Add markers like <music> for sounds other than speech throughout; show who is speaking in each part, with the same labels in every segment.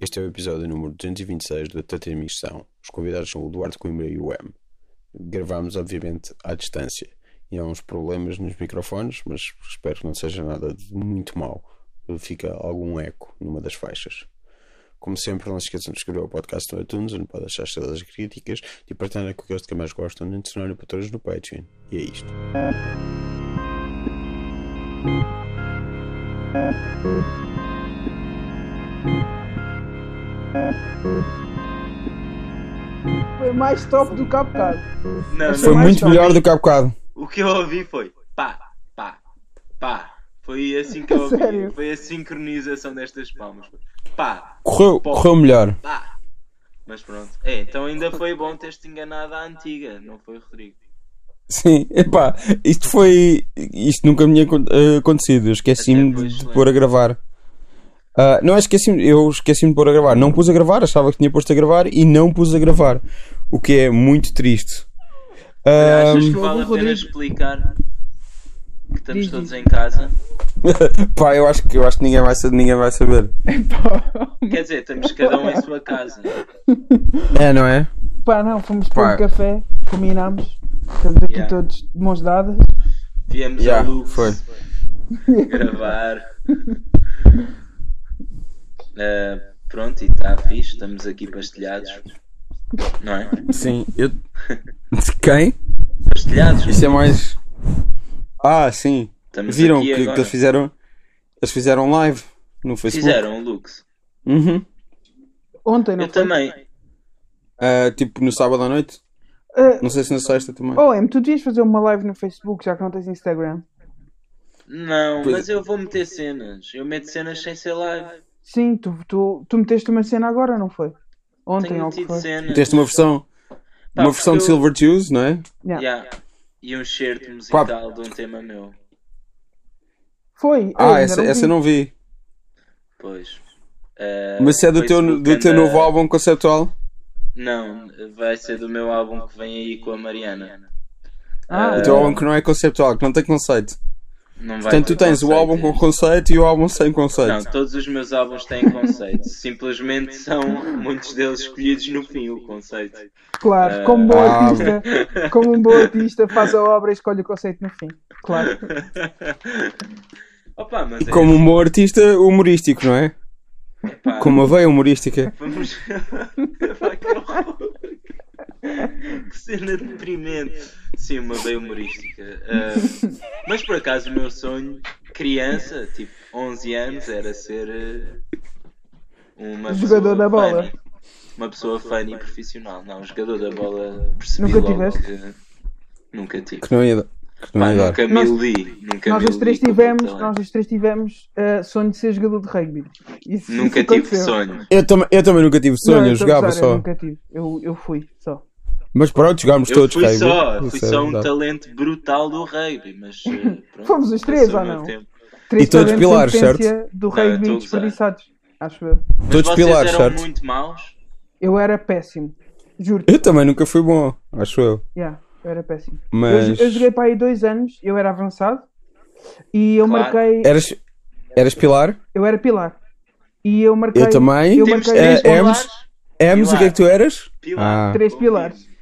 Speaker 1: Este é o episódio número 226 do Tata Missão. Os convidados são o Duarte Coimbra e o M. Gravámos, obviamente, à distância. E há uns problemas nos microfones, mas espero que não seja nada de muito mal. Fica algum eco numa das faixas. Como sempre, não se esqueçam de escrever o podcast no iTunes, onde podem deixar estrelas e críticas, e partilhar com aqueles que mais gostam, nem de se tornarem patrões no Patreon. E é isto.
Speaker 2: Foi mais top do Capcado.
Speaker 3: Não,
Speaker 2: Foi
Speaker 3: não.
Speaker 2: mais top.
Speaker 4: do que há bocado.
Speaker 3: O que eu ouvi foi pá, pá, pá. Foi assim que eu ouvi.
Speaker 2: Sério?
Speaker 3: Foi a sincronização destas palmas. Pá,
Speaker 4: Correu, correu melhor. <laughs>
Speaker 3: pá. Mas pronto. É, então ainda foi bom teres-te enganado à antiga, não foi, Rodrigo?
Speaker 4: Sim, epá, isto foi. Isto nunca me tinha acon- eh, acontecido. Eu esqueci-me
Speaker 3: Até foi
Speaker 4: de, de
Speaker 3: excelente.
Speaker 4: pôr a gravar. Ah, não, eu esqueci-me eu esqueci de pôr a gravar. Não pus a gravar, achava que tinha posto a gravar e não pus a gravar. O que é muito triste. <laughs> Ah,
Speaker 3: Achas que
Speaker 2: Fogo,
Speaker 3: vale a pena
Speaker 2: Rodrigo.
Speaker 3: explicar que estamos
Speaker 2: Diz,
Speaker 3: todos
Speaker 2: diz.
Speaker 3: em casa?
Speaker 4: pá, eu acho que, eu acho que ninguém, vai, sa- ninguém vai saber.
Speaker 3: Quer dizer, estamos cada um
Speaker 2: <laughs>
Speaker 3: em sua casa.
Speaker 4: É, não é?
Speaker 2: Pá, não, fomos para
Speaker 4: Pá.
Speaker 2: um café, combinámos. Estamos aqui
Speaker 3: Yeah.
Speaker 2: todos de mãos dadas.
Speaker 3: Viemos
Speaker 4: Yeah,
Speaker 3: ao Lux
Speaker 4: foi.
Speaker 2: <laughs>
Speaker 3: gravar. Ah, pronto, e está fixe, estamos aqui pastelhados. Não é?
Speaker 4: Sim, eu. De <laughs> quem?
Speaker 3: Pastelhados.
Speaker 4: Isso é mais. Ah, sim.
Speaker 3: Estamos
Speaker 4: Viram
Speaker 3: aqui
Speaker 4: que, que
Speaker 3: agora.
Speaker 4: eles fizeram? Eles fizeram live no Facebook.
Speaker 3: Fizeram um Lux.
Speaker 4: Uhum.
Speaker 2: Ontem, não
Speaker 3: Eu
Speaker 2: foi?
Speaker 3: também.
Speaker 4: Ah, tipo no sábado à noite.
Speaker 2: Ah,
Speaker 4: Não sei se na sexta também.
Speaker 2: oh, Em, tu devias fazer uma live no Facebook, já que não tens Instagram.
Speaker 3: Não,
Speaker 4: Pois-
Speaker 3: mas eu vou meter cenas. Eu meto cenas sem ser live.
Speaker 2: Sim, tu, tu, tu meteste uma cena agora, não foi? Ontem,
Speaker 3: Tenho
Speaker 2: ou o que
Speaker 3: metido
Speaker 2: foi?
Speaker 3: cenas.
Speaker 4: Tens uma versão.
Speaker 3: Pá,
Speaker 4: uma versão de
Speaker 3: porque eu-
Speaker 4: Silver Tunes, não é?
Speaker 2: Yeah.
Speaker 3: Yeah. E um certo musical de um tema meu.
Speaker 2: Foi.
Speaker 4: Ah,
Speaker 2: ainda
Speaker 4: essa,
Speaker 2: não
Speaker 4: essa
Speaker 2: vi.
Speaker 4: eu não vi.
Speaker 3: Pois. Ah,
Speaker 4: Mas se é do
Speaker 3: o
Speaker 4: teu,
Speaker 3: Facebook
Speaker 4: do teu
Speaker 3: anda-
Speaker 4: novo álbum conceptual.
Speaker 3: Não, vai ser do meu álbum que vem aí com a Mariana.
Speaker 2: Ah,
Speaker 3: Ah,
Speaker 4: O teu álbum que não é conceptual, que não tem conceito.
Speaker 3: Não vai
Speaker 4: Portanto, tu
Speaker 3: ter
Speaker 4: tens o
Speaker 3: conceito
Speaker 4: álbum com
Speaker 3: este.
Speaker 4: conceito e o álbum sem
Speaker 3: Não,
Speaker 4: conceito.
Speaker 3: todos os meus álbuns têm conceito. Simplesmente são muitos deles escolhidos no fim, o conceito.
Speaker 2: claro, como bom
Speaker 4: Ah,
Speaker 2: artista, como um bom artista, faz a obra e escolhe o conceito no fim. Claro.
Speaker 3: Opa, mas é
Speaker 4: Como um bom artista humorístico, não é?
Speaker 3: pá,
Speaker 4: Com uma veia humorística.
Speaker 3: Vamos. <laughs> Pá, que horror. Que cena deprimente. Sim, uma bem humorística. Ah, mas por acaso o meu sonho, criança, tipo 11 anos, era ser ah, uma
Speaker 2: Um Jogador
Speaker 3: pessoa
Speaker 2: da bola.
Speaker 3: funny. Uma pessoa funny e profissional. Não, um jogador da bola percebi
Speaker 2: Nunca
Speaker 3: logo
Speaker 2: tiveste?
Speaker 3: que nunca tive.
Speaker 4: Que não ia dar. Que não é
Speaker 3: Pá,
Speaker 4: ia dar.
Speaker 3: nunca me
Speaker 2: Nós-
Speaker 3: li. Nunca
Speaker 2: Nós
Speaker 3: me
Speaker 2: os três
Speaker 3: li com
Speaker 2: tivemos,
Speaker 3: talento.
Speaker 2: nós os três tivemos ah, sonho de ser jogador de rugby. Isso,
Speaker 3: Nunca
Speaker 2: isso
Speaker 3: tive
Speaker 2: aconteceu.
Speaker 3: sonho.
Speaker 4: Eu, tam eu também nunca tive sonho,
Speaker 2: Não,
Speaker 4: eu
Speaker 2: estou a
Speaker 4: jogava
Speaker 2: gozar,
Speaker 4: só.
Speaker 2: Eu nunca tive. Eu, eu fui só.
Speaker 4: Mas pronto, jogámos
Speaker 3: Eu
Speaker 4: todos,
Speaker 3: fui
Speaker 4: Caio.
Speaker 3: só, fui
Speaker 4: Isso é
Speaker 3: só um
Speaker 4: verdade.
Speaker 3: talento brutal do rugby, mas
Speaker 2: <laughs>
Speaker 3: eh, pronto,
Speaker 2: Fomos os três,
Speaker 3: passou
Speaker 2: ou
Speaker 3: o meu
Speaker 2: não?
Speaker 3: tempo.
Speaker 2: Três
Speaker 4: E todos
Speaker 2: talentos em
Speaker 4: pilares,
Speaker 2: potência Do
Speaker 3: Não, eu
Speaker 2: rugby
Speaker 3: estou a gozar.
Speaker 2: desperdiçados, acho eu.
Speaker 4: Todos
Speaker 3: mas
Speaker 4: pilares,
Speaker 3: vocês eram
Speaker 4: certo?
Speaker 3: muito maus.
Speaker 2: Eu era péssimo. Juro-te.
Speaker 4: Eu também nunca fui bom, acho eu.
Speaker 2: Yeah, eu era péssimo.
Speaker 4: Mas.
Speaker 2: Eu, eu joguei para aí dois anos, eu era avançado. E eu
Speaker 3: Claro.
Speaker 2: marquei.
Speaker 4: Eras, eras pilar?
Speaker 2: Eu era pilar. E eu marquei.
Speaker 4: Eu também.
Speaker 2: Eu
Speaker 3: Temos
Speaker 2: marquei
Speaker 4: três
Speaker 2: três
Speaker 4: pilares.
Speaker 2: pilares.
Speaker 4: Ems, o que é que tu eras?
Speaker 3: Pilar.
Speaker 4: Eh, Ah.
Speaker 2: Três
Speaker 3: Confirmo.
Speaker 2: pilares.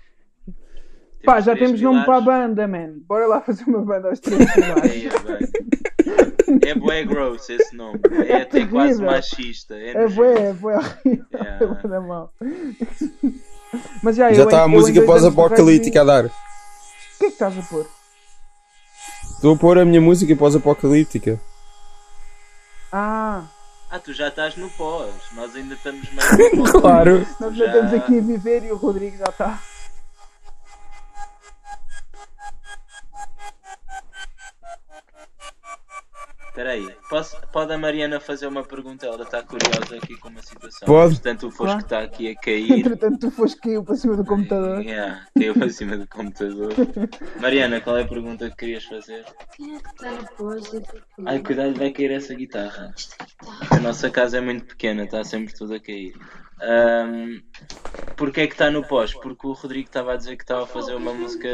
Speaker 3: Temos
Speaker 2: Pá, já
Speaker 3: três
Speaker 2: temos nome para a
Speaker 3: pilares.
Speaker 2: banda, man. Bora lá fazer uma banda aos três pilares.
Speaker 3: Aí, bem. É bué gross esse nome. É até
Speaker 2: terrível.
Speaker 3: quase machista. É,
Speaker 2: É
Speaker 3: nojento.
Speaker 2: bué, <laughs> é bué horrível,
Speaker 3: Yeah.
Speaker 2: é bué da mal. Mas já,
Speaker 4: Já
Speaker 2: eu
Speaker 4: está
Speaker 2: em-
Speaker 4: a
Speaker 2: eu
Speaker 4: música
Speaker 2: em dois anos de
Speaker 4: pós-apocalíptica a
Speaker 2: rugby-
Speaker 4: dar.
Speaker 2: O que é que estás a pôr?
Speaker 4: Estou a pôr a minha música pós-apocalíptica.
Speaker 2: Ah,
Speaker 3: Ah, tu já estás no pós. Nós ainda estamos
Speaker 2: <laughs>
Speaker 3: meio. no pós.
Speaker 4: <laughs> Claro.
Speaker 3: Tu
Speaker 2: nós já estamos aqui a viver e o Rodrigo já tá. está.
Speaker 3: Espera aí. Posso- Pode a Mariana fazer uma pergunta? Ela está curiosa aqui com uma situação.
Speaker 4: Pode.
Speaker 3: Portanto, o fosco
Speaker 2: Claro.
Speaker 3: está aqui a
Speaker 2: <laughs>
Speaker 3: cair.
Speaker 2: Entretanto, tu foste caiu para cima do computador.
Speaker 3: <laughs> Yeah, caiu para cima do computador. Mariana, qual é a pergunta que querias fazer?
Speaker 5: Quem é que está na pose?
Speaker 3: Ai, cuidado, vai cair essa guitarra. A nossa casa é muito pequena, está sempre tudo a cair. Ahm, Porquê é que está no pós? Porque o Rodrigo estava a dizer que estava a fazer uma música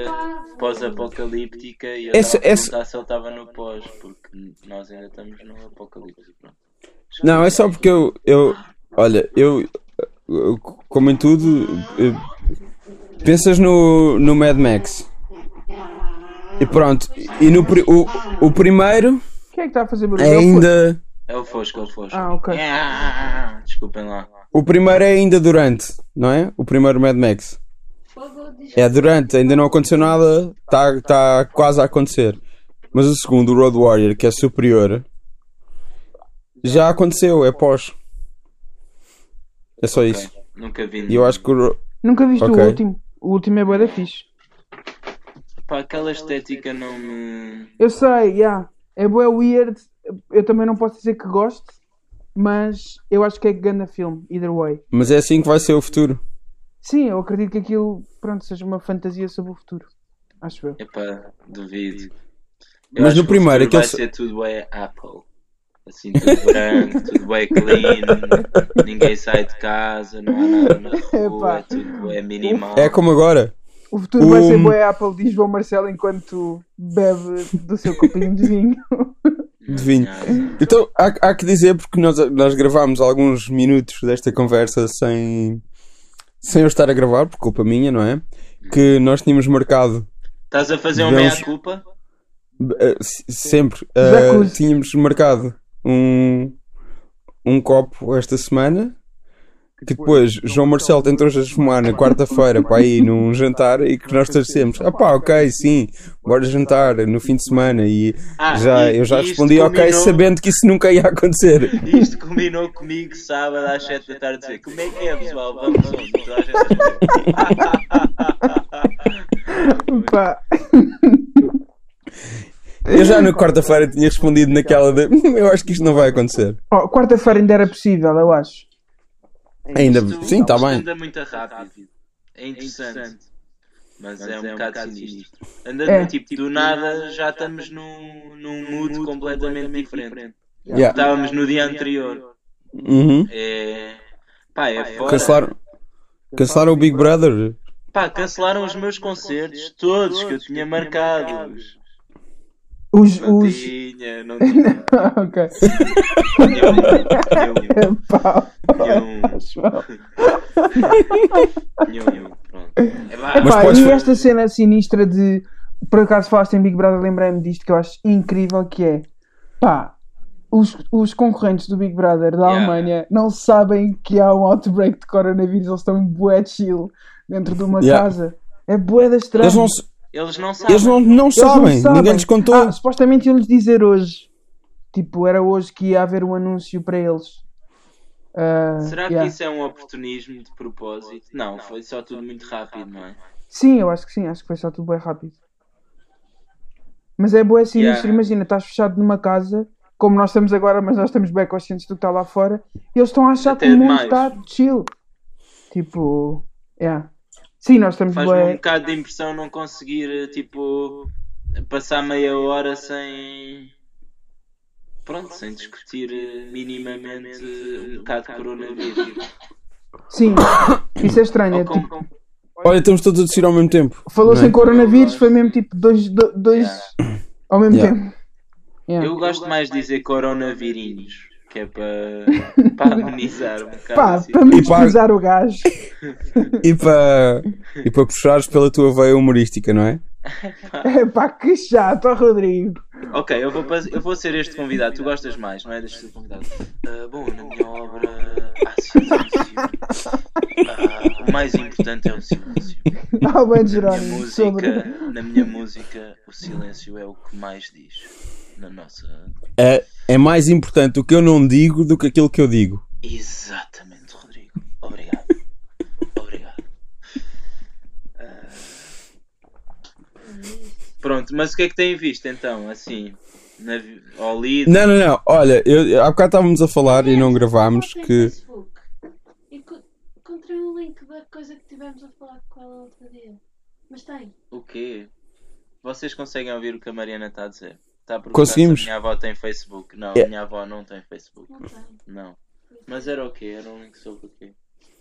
Speaker 3: pós-apocalíptica e eu
Speaker 4: Essa-
Speaker 3: estava a perguntar
Speaker 4: essa-
Speaker 3: se ele estava no pós, porque nós ainda estamos no apocalipse. pronto.
Speaker 4: Não, é só porque eu, eu, Olha, eu, eu, como em tudo, eu- pensas no, no Mad Max. E pronto, e no pri- o, o primeiro
Speaker 2: Quem é que está a fazer barulho?
Speaker 4: é ainda.
Speaker 3: É o Fosco, é o Fosco.
Speaker 2: Ah, ok.
Speaker 3: Ah, desculpem lá.
Speaker 4: O primeiro é ainda durante, não é? O primeiro Mad Max. É durante, ainda não aconteceu nada, está tá quase a acontecer. Mas o segundo, o Road Warrior, que é superior, já aconteceu, é pós. É só isso.
Speaker 3: Nunca vi.
Speaker 4: E eu acho que o. Ro-
Speaker 2: Nunca viste
Speaker 4: Ok.
Speaker 2: o último. O último é bué da fixe.
Speaker 3: Pá, aquela estética não me.
Speaker 2: Eu sei, yeah. é bué weird. Eu também não posso dizer que gosto, mas eu acho que é ganda filme, either way.
Speaker 4: Mas é assim que vai ser o futuro.
Speaker 2: Sim, eu acredito que aquilo, pronto, seja uma fantasia sobre o futuro. Acho eu.
Speaker 3: Epá, duvido.
Speaker 4: Mas
Speaker 3: acho
Speaker 4: no
Speaker 3: que o
Speaker 4: primeiro,
Speaker 3: futuro
Speaker 4: aquele-
Speaker 3: Vai ser tudo é Apple. Assim, tudo
Speaker 4: <laughs>
Speaker 3: branco, tudo bem clean, ninguém sai de casa, não há nada
Speaker 4: <laughs>
Speaker 3: na rua,
Speaker 2: Epá.
Speaker 3: tudo é minimal.
Speaker 4: É como agora.
Speaker 2: O futuro vai ser
Speaker 4: Um-
Speaker 2: bué Apple, diz João Marcelo enquanto bebe do seu copinho de vinho. <laughs>
Speaker 4: de vinho. Então há, há que dizer, porque nós, nós gravámos alguns minutos desta conversa sem, sem eu estar a gravar, por culpa minha, não é? Que nós tínhamos marcado
Speaker 3: Estás a fazer uma
Speaker 4: Vamos-
Speaker 3: meia-culpa?
Speaker 4: eh, se- sempre, eh,
Speaker 2: Jacuzzi.
Speaker 4: tínhamos marcado um, um copo esta semana. Que depois João Marcelo tentou esfumar na quarta-feira para ir num jantar e que nós dissemos: Ah, pá, ok, sim, bora jantar no fim de semana. E
Speaker 3: Ah,
Speaker 4: já,
Speaker 3: e-
Speaker 4: eu já
Speaker 3: e isto
Speaker 4: respondi: Ok,
Speaker 3: combinou-
Speaker 4: sabendo que isso nunca ia acontecer.
Speaker 3: Isto combinou comigo sábado às 7 da tarde dizer como é que é pessoal, vamos onde? Toda a gente a
Speaker 2: Pá.
Speaker 4: Eu já na quarta-feira tinha respondido naquela de "Hum, eu acho que isto não vai acontecer.
Speaker 2: Oh, Quarta-feira ainda era possível, eu acho.
Speaker 4: Ainda
Speaker 3: Isto-
Speaker 4: sim, está
Speaker 3: isto
Speaker 4: bem.
Speaker 3: Anda muito rápido. É interessante. Mas, é, um bocado, sinistro. Anda,
Speaker 2: É.
Speaker 3: tipo, do nada já estamos num, num mood completamente diferente.
Speaker 4: Yeah.
Speaker 3: Estávamos no dia anterior.
Speaker 4: Uhum.
Speaker 3: É. Pá, é foda.
Speaker 4: Cancelaram, cancelaram o Big Brother.
Speaker 3: Pá, cancelaram os meus concertos, todos que eu tinha marcados.
Speaker 2: Os.
Speaker 3: Não
Speaker 2: os... <laughs>
Speaker 3: tinha, não tinha. um,
Speaker 2: ok.
Speaker 3: Eu- eu-
Speaker 2: Pá.
Speaker 3: Nenhum.
Speaker 2: João.
Speaker 3: Nenhum. um, Pronto. É vá.
Speaker 4: Mas
Speaker 2: Pá,
Speaker 4: podes-
Speaker 2: e esta cena sinistra de por acaso falaste em Big Brother, lembrei-me disto que eu acho incrível que é pá, os, os concorrentes do Big Brother da
Speaker 3: Yeah.
Speaker 2: Alemanha não sabem que há um outbreak de coronavírus, eles estão bué chill dentro de uma
Speaker 4: Yeah.
Speaker 2: casa. É bué da estranha.
Speaker 4: Eles não, s-
Speaker 3: Tá Eles não sabem.
Speaker 4: eles não, não
Speaker 2: Eles não
Speaker 4: sabem, ninguém lhes contou.
Speaker 2: Ah, supostamente iam-lhes dizer hoje. Tipo, era hoje que ia haver um anúncio para eles. Ah,
Speaker 3: Será
Speaker 2: yeah.
Speaker 3: que isso é um oportunismo de propósito? Não, foi só tudo muito rápido, não é?
Speaker 2: Sim, eu acho que sim, acho que foi só tudo bem rápido. Mas é boa assim,
Speaker 3: Yeah.
Speaker 2: imagina, estás fechado numa casa, como nós estamos agora, mas nós estamos bem conscientes do que está lá fora, e eles estão a achar
Speaker 3: Até
Speaker 2: que o mundo
Speaker 3: demais.
Speaker 2: está chill. Tipo, yeah. Sim, nós estamos
Speaker 3: Faz-me um
Speaker 2: bem.
Speaker 3: bocado de impressão não conseguir, eh, tipo, passar meia hora sem. Pronto, sem discutir eh, minimamente eh, um bocado de coronavírus.
Speaker 2: Sim, <coughs> isso é estranho. <laughs> é
Speaker 3: Ou
Speaker 2: tipo,
Speaker 3: com- com-
Speaker 4: Olha, estamos todos a descer ao
Speaker 3: <laughs>
Speaker 4: mesmo tempo.
Speaker 2: Falou-se
Speaker 4: Não é?
Speaker 2: em coronavírus, foi mesmo tipo dois, do- dois ao mesmo
Speaker 4: Yeah.
Speaker 2: tempo. Yeah.
Speaker 3: Eu gosto mais de dizer coronavirinhos, que
Speaker 2: <laughs>
Speaker 3: é para para amenizar um bocado.
Speaker 2: Pá,
Speaker 3: assim.
Speaker 2: para me
Speaker 4: E pá-
Speaker 2: pesquisar o gajo. <laughs>
Speaker 4: E para, e para puxares pela tua veia humorística, não é?
Speaker 2: Pá, que chato, ó
Speaker 3: <laughs>
Speaker 2: Rodrigo.
Speaker 3: Ok, eu vou, pas- eu vou ser este convidado. Tu gostas mais, não é? Deste ser convidado. Ah, bom, na
Speaker 2: <laughs>
Speaker 3: minha obra há silêncio. Ah, o mais importante é o silêncio.
Speaker 2: Albano
Speaker 3: Na minha
Speaker 2: Jerónimo, sobre.
Speaker 3: música, na minha música, o silêncio é o que mais diz. Na nossa.
Speaker 4: É, é mais importante o que eu não digo do que aquilo que eu digo.
Speaker 3: Exatamente, Rodrigo. Obrigado. Obrigado. Ah, Pronto, mas o que é que têm visto então? Assim, na... vi- ao lido.
Speaker 4: Não, não, não. Olha, eu, há bocado estávamos a falar e não gravámos
Speaker 5: é
Speaker 4: que.
Speaker 5: Facebook. Enco- Encontrei o link da coisa que tivemos a falar com ela outro dia. Mas tem.
Speaker 3: O quê? Vocês conseguem ouvir o que a Mariana está a dizer? Está a perguntar
Speaker 4: Conseguimos.
Speaker 3: se a minha avó tem Facebook. Não,
Speaker 4: É.
Speaker 3: a minha avó não tem Facebook.
Speaker 5: Não tem.
Speaker 3: Não. Mas era o quê? Era um link sobre o quê?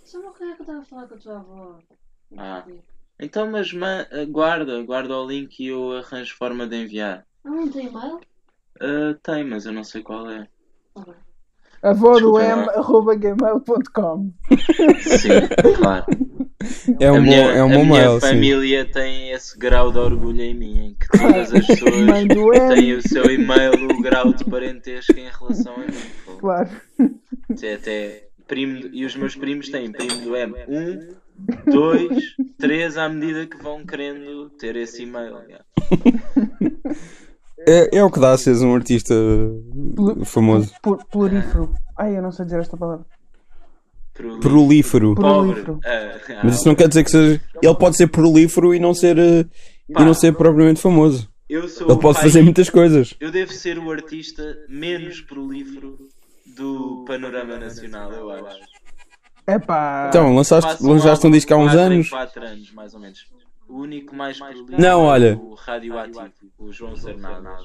Speaker 5: Só uma coisa que eu estava a falar com a tua avó. Não
Speaker 3: Ah.
Speaker 5: sei.
Speaker 3: Então, mas ma- guarda, guarda o link e eu arranjo forma de enviar.
Speaker 5: Ela não tem e-mail?
Speaker 3: Ah, tem, mas eu não sei qual é.
Speaker 5: Tá bem.
Speaker 2: Avó do
Speaker 3: Desculpa,
Speaker 2: M,
Speaker 3: não é?
Speaker 2: arroba gmail.com.
Speaker 3: Sim, claro.
Speaker 4: É
Speaker 3: a
Speaker 4: um bom,
Speaker 3: minha,
Speaker 4: é um
Speaker 3: a
Speaker 4: bom
Speaker 3: minha
Speaker 4: mail, sim.
Speaker 3: família tem esse grau de orgulho em mim, em que todas
Speaker 2: <laughs>
Speaker 3: as
Speaker 2: Mãe do
Speaker 3: pessoas
Speaker 2: M.
Speaker 3: têm o seu e-mail, o grau de parentesco em relação a mim. pô.
Speaker 2: Claro.
Speaker 3: Até, até primo, e os meus primos têm primo do M. Um, dois, três, à medida que vão querendo ter esse e-mail. né? yeah.
Speaker 4: É, é o que dá a seres um artista famoso.
Speaker 2: Pl- Plurífero. Ai, eu não sei dizer esta palavra.
Speaker 3: Pro-
Speaker 4: Prolífero.
Speaker 3: pobre.
Speaker 2: prolífero.
Speaker 3: Ah, ah,
Speaker 4: Mas isso não quer dizer que seja. Ele pode ser prolífero e não ser. eh,
Speaker 3: Pá.
Speaker 4: E não ser propriamente famoso.
Speaker 3: eu sou
Speaker 4: Ele
Speaker 3: o
Speaker 4: pode
Speaker 3: pai-
Speaker 4: fazer muitas coisas.
Speaker 3: Eu devo ser o artista menos prolífero do panorama nacional, eu acho.
Speaker 2: Epá.
Speaker 4: Então, lançaste,
Speaker 3: Faço
Speaker 4: lançaste um
Speaker 3: álbum
Speaker 4: disco há uns
Speaker 3: quatro em
Speaker 4: anos.
Speaker 3: quatro anos, mais ou menos. O único mais prolífero
Speaker 4: Não,
Speaker 3: é
Speaker 4: olha.
Speaker 3: o radioativo, o João Sernadas.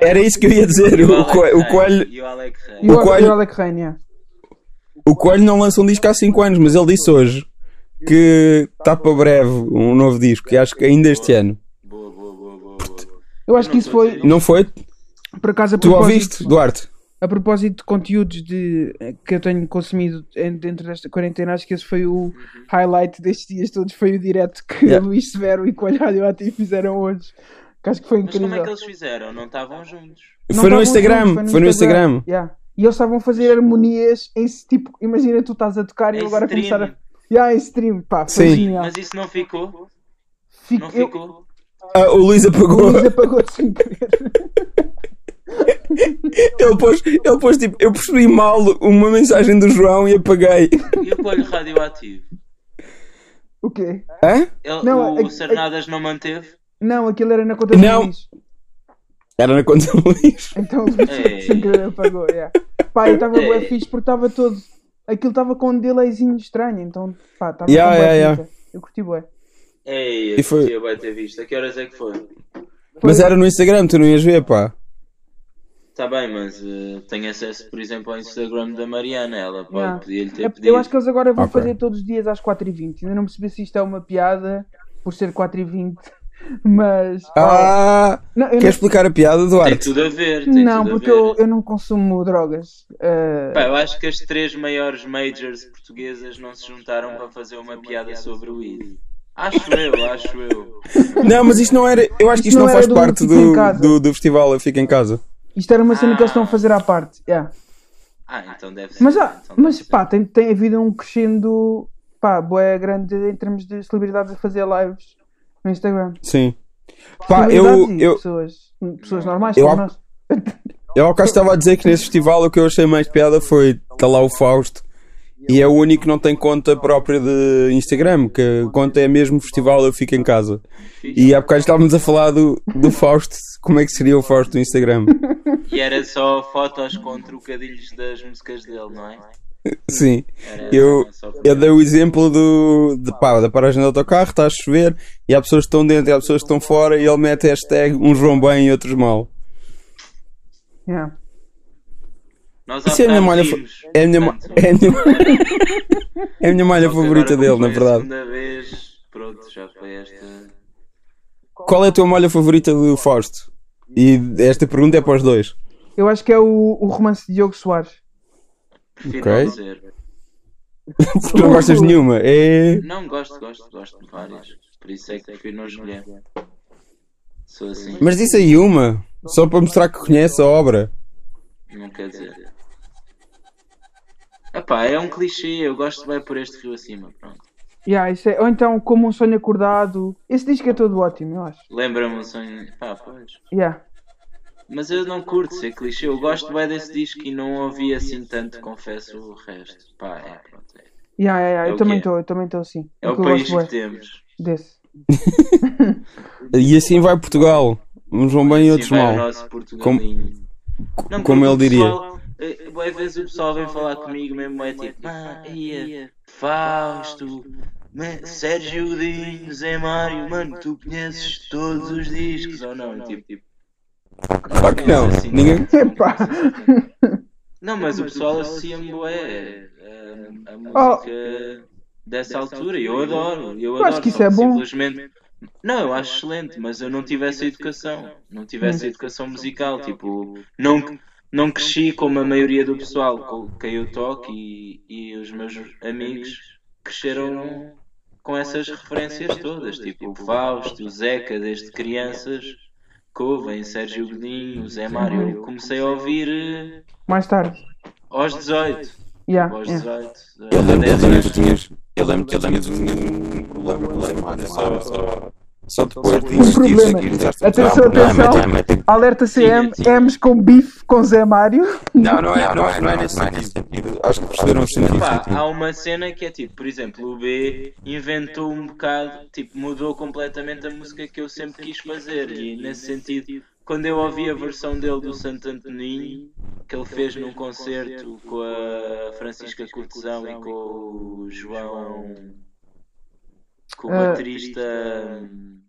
Speaker 4: Era isso que eu ia dizer.
Speaker 3: é
Speaker 4: O, coelho, o, coelho, um
Speaker 3: E o Alec Rey.
Speaker 2: e o,
Speaker 4: o Coelho-
Speaker 2: e o Alec Rain, yeah.
Speaker 4: o Coelho não lança um disco há 5 anos, mas ele disse hoje que está para breve um novo disco. que acho que ainda este ano.
Speaker 3: Boa, boa, boa, boa, boa.
Speaker 2: Eu acho que isso foi,
Speaker 4: Não foi?
Speaker 2: por acaso, a
Speaker 4: Tu
Speaker 2: propósito-
Speaker 4: ouviste, Duarte?
Speaker 2: A propósito de conteúdos de, eh, que eu tenho consumido em- dentro desta quarentena, acho que esse foi o highlight destes dias todos. Foi o direto que
Speaker 4: Yeah.
Speaker 2: Luís Severo e Coelho Radioativo fizeram hoje. Que acho que foi
Speaker 3: Mas como é
Speaker 2: incrível.
Speaker 3: que eles fizeram? Não estavam juntos.
Speaker 2: Não
Speaker 4: Foi
Speaker 2: estavam
Speaker 4: no Instagram.
Speaker 2: juntos,
Speaker 4: Foi no Instagram.
Speaker 2: Yeah. E eles estavam a fazer harmonias em se- tipo, imagina tu estás a tocar e
Speaker 3: Em
Speaker 2: eu agora
Speaker 3: stream.
Speaker 2: começar a. Yeah, em stream, pá, foi
Speaker 4: Sim.
Speaker 2: genial.
Speaker 3: É Mas isso não ficou?
Speaker 2: Fico,
Speaker 3: Não
Speaker 2: eu- <laughs>
Speaker 3: ficou?
Speaker 4: Ah, o Luís apagou.
Speaker 2: Luís apagou sem querer.
Speaker 4: Ele pôs, ele pôs tipo, eu percebi mal uma mensagem do João e apaguei.
Speaker 3: E o Coelho Radioativo?
Speaker 2: O quê?
Speaker 4: Hã?
Speaker 3: Ele-
Speaker 2: Não,
Speaker 3: o
Speaker 2: a-
Speaker 3: Sernadas não é- manteve?
Speaker 2: Não, aquilo era na conta do
Speaker 4: Não.
Speaker 2: Luís.
Speaker 4: Era na conta do Luís.
Speaker 2: Então Luís
Speaker 3: Ei.
Speaker 2: sem querer apagou, yeah. Pá, eu estava bem
Speaker 3: Ei.
Speaker 2: fixe porque estava todo. Aquilo estava com um delayzinho estranho, então pá, estava
Speaker 4: Yeah,
Speaker 2: com bué
Speaker 4: yeah,
Speaker 2: fita. Eu curti bué.
Speaker 3: Ei,
Speaker 4: E
Speaker 3: É, eu
Speaker 4: foi-
Speaker 3: foi... vai ter visto. A que horas é que foi?
Speaker 4: Mas era no Instagram, tu não ias ver, pá.
Speaker 3: Está bem, mas eh, tenho acesso, por exemplo, ao Instagram da Mariana. Ela pode
Speaker 2: Yeah.
Speaker 3: podia-lhe ter
Speaker 2: É-
Speaker 3: pedido.
Speaker 2: Eu acho que eles agora vão
Speaker 4: Ok.
Speaker 2: fazer todos os dias às 4h20. Ainda não percebi se isto é uma piada por ser 4h20, <laughs> mas. pá,
Speaker 4: Ah!
Speaker 2: não, eu não-
Speaker 4: Queres explicar a piada,
Speaker 3: Tem
Speaker 4: Duarte?
Speaker 3: tudo a ver. Tem
Speaker 2: não,
Speaker 3: tudo a
Speaker 2: porque
Speaker 3: ver.
Speaker 2: eu, eu não consumo drogas. Ah,
Speaker 3: Pá, eu acho que as três maiores majors portuguesas não se juntaram para fazer uma piada sobre o weed. Acho eu, acho eu.
Speaker 4: Não, mas isto não era. Eu acho que
Speaker 2: Isto
Speaker 4: isto
Speaker 2: não
Speaker 4: não,
Speaker 2: era
Speaker 4: faz
Speaker 2: do
Speaker 4: parte
Speaker 2: Fica em
Speaker 4: do,
Speaker 2: Casa.
Speaker 4: do, do festival Eu Fico em Casa.
Speaker 2: isto era uma cena que eles estão a
Speaker 3: Ah.
Speaker 2: fazer à parte. yeah.
Speaker 3: Ah, então deve ser.
Speaker 2: Mas, há,
Speaker 3: então deve
Speaker 2: mas
Speaker 3: ser.
Speaker 2: pá, tem, tem havido um crescendo pá, boé grande em termos de celebridades a fazer lives no Instagram.
Speaker 4: Sim. Pá, eu,
Speaker 2: Celebridades e
Speaker 4: eu,
Speaker 2: pessoas, pessoas normais
Speaker 4: Eu
Speaker 2: como
Speaker 4: há-
Speaker 2: nós.
Speaker 4: eu ao caso estava a dizer que nesse festival o que eu achei mais piada foi. Está lá o Fausto. E é o único que não tem conta própria de Instagram, que a conta é mesmo Festival Eu Fico em Casa.
Speaker 3: Fixe.
Speaker 4: E há bocado estávamos a falar do, do Fausto, como é que seria o Fausto do Instagram.
Speaker 3: E era só fotos com trocadilhos das músicas dele, não é?
Speaker 4: Sim,
Speaker 3: Era
Speaker 4: eu,
Speaker 3: só-
Speaker 4: eu dei o exemplo do, de, pá, da paragem do autocarro, está a chover, e há pessoas que estão dentro e há pessoas que estão fora, e ele mete hashtag uns vão bem e outros mal.
Speaker 2: Yeah.
Speaker 3: Nós
Speaker 4: Isso é a minha malha,
Speaker 3: optámos
Speaker 4: fa-
Speaker 3: rimos,
Speaker 4: é a minha, ma-
Speaker 3: portanto,
Speaker 4: é a minha, <laughs> é a minha malha
Speaker 3: agora
Speaker 4: favorita
Speaker 3: como
Speaker 4: dele, na
Speaker 3: foi a
Speaker 4: verdade.
Speaker 3: segunda vez, pronto, já foi esta.
Speaker 4: Qual é a tua malha favorita do Fausto? E esta pergunta é para os dois.
Speaker 2: Eu acho que é o, o romance de Diogo Soares.
Speaker 3: Prefiro
Speaker 4: Ok.
Speaker 3: não dizer.
Speaker 4: Porque não gostas de nenhuma. É...
Speaker 3: Não, gosto, gosto, gosto de várias. Por isso é que prefiro não escolher. Sou assim,
Speaker 4: Mas disse aí uma, só para mostrar que conhece a obra.
Speaker 3: não quer dizer. Epá, é um clichê, eu gosto de vai por este rio acima, pronto.
Speaker 2: Yeah, isso é, ou então, como um sonho acordado. Esse disco é todo ótimo, eu acho.
Speaker 3: Lembra-me um sonho. Pá, pois.
Speaker 2: Yeah.
Speaker 3: Mas eu não curto ser clichê, eu gosto bem desse disco e não ouvi assim tanto, confesso o resto. Pá, é, pronto. É,
Speaker 2: Yeah, yeah, yeah.
Speaker 3: É
Speaker 2: Eu
Speaker 3: o
Speaker 2: também
Speaker 3: quê?
Speaker 2: estou, eu também estou assim.
Speaker 3: é o
Speaker 2: Porque eu
Speaker 3: país
Speaker 2: gosto
Speaker 3: que
Speaker 2: bué
Speaker 3: temos.
Speaker 2: desse. <laughs>
Speaker 4: E assim vai Portugal. Uns vão bem e outros
Speaker 3: Sim, vai o
Speaker 4: mal.
Speaker 3: nosso Portugalinho. Não,
Speaker 4: como
Speaker 3: porque
Speaker 4: ele
Speaker 3: o
Speaker 4: diria.
Speaker 3: pessoal, eh, Boa vez o pessoal vem falar comigo mesmo, é tipo, "Ah, ia, Fausto, ma- Sérgio Dinho, Zé Mário, mano, tu conheces todos os discos ou não? Tipo, tipo.
Speaker 4: Claro que não.
Speaker 3: assim,
Speaker 4: Ninguém...
Speaker 2: Epá.
Speaker 3: Não, mas o pessoal associa-me bué é, a, a música dessa altura e eu adoro. Eu,
Speaker 2: acho
Speaker 3: adoro,
Speaker 2: que isso
Speaker 3: só
Speaker 2: é bom.
Speaker 3: Simplesmente... Não, eu acho
Speaker 2: Hum.
Speaker 3: excelente, mas eu não tive essa educação. Não tive essa educação musical. Tipo, não, Não cresci como a maioria do pessoal, co- caiu o toque e, e os meus amigos cresceram com essas referências todas, tipo o Fausto, o Zeca, desde crianças, Covem, Sérgio Godinho, Zé Mário. Eu comecei a ouvir eh,
Speaker 2: Mais tarde.
Speaker 3: aos 18.
Speaker 2: Yeah,
Speaker 3: Aos é.
Speaker 2: yeah.
Speaker 3: 18.
Speaker 6: É. Eu
Speaker 3: há
Speaker 6: lembro, eu
Speaker 3: 10
Speaker 6: lembro
Speaker 3: anos.
Speaker 6: de tinhas. Eu lembro, eu lembro de tinhas um problema, problema, mano. Só, só, só depois de insistir
Speaker 2: problema.
Speaker 6: aqui fizeste
Speaker 2: Atenção, atenção. Alerta CM,
Speaker 3: Sim, sim.
Speaker 2: M's com bife com Zé Mário.
Speaker 6: Não, não é, não é, não é nesse não é nesse sentido. Acho que perceberam o sentido.
Speaker 3: Pá, há uma cena que é tipo, por exemplo, o B inventou um bocado, tipo, mudou completamente a música que eu sempre quis fazer. E nesse sentido, quando eu ouvi a versão dele do Santo Antoninho, que ele fez num concerto com a Francisca Cortesão e com o João, com o
Speaker 2: Ah.
Speaker 3: baterista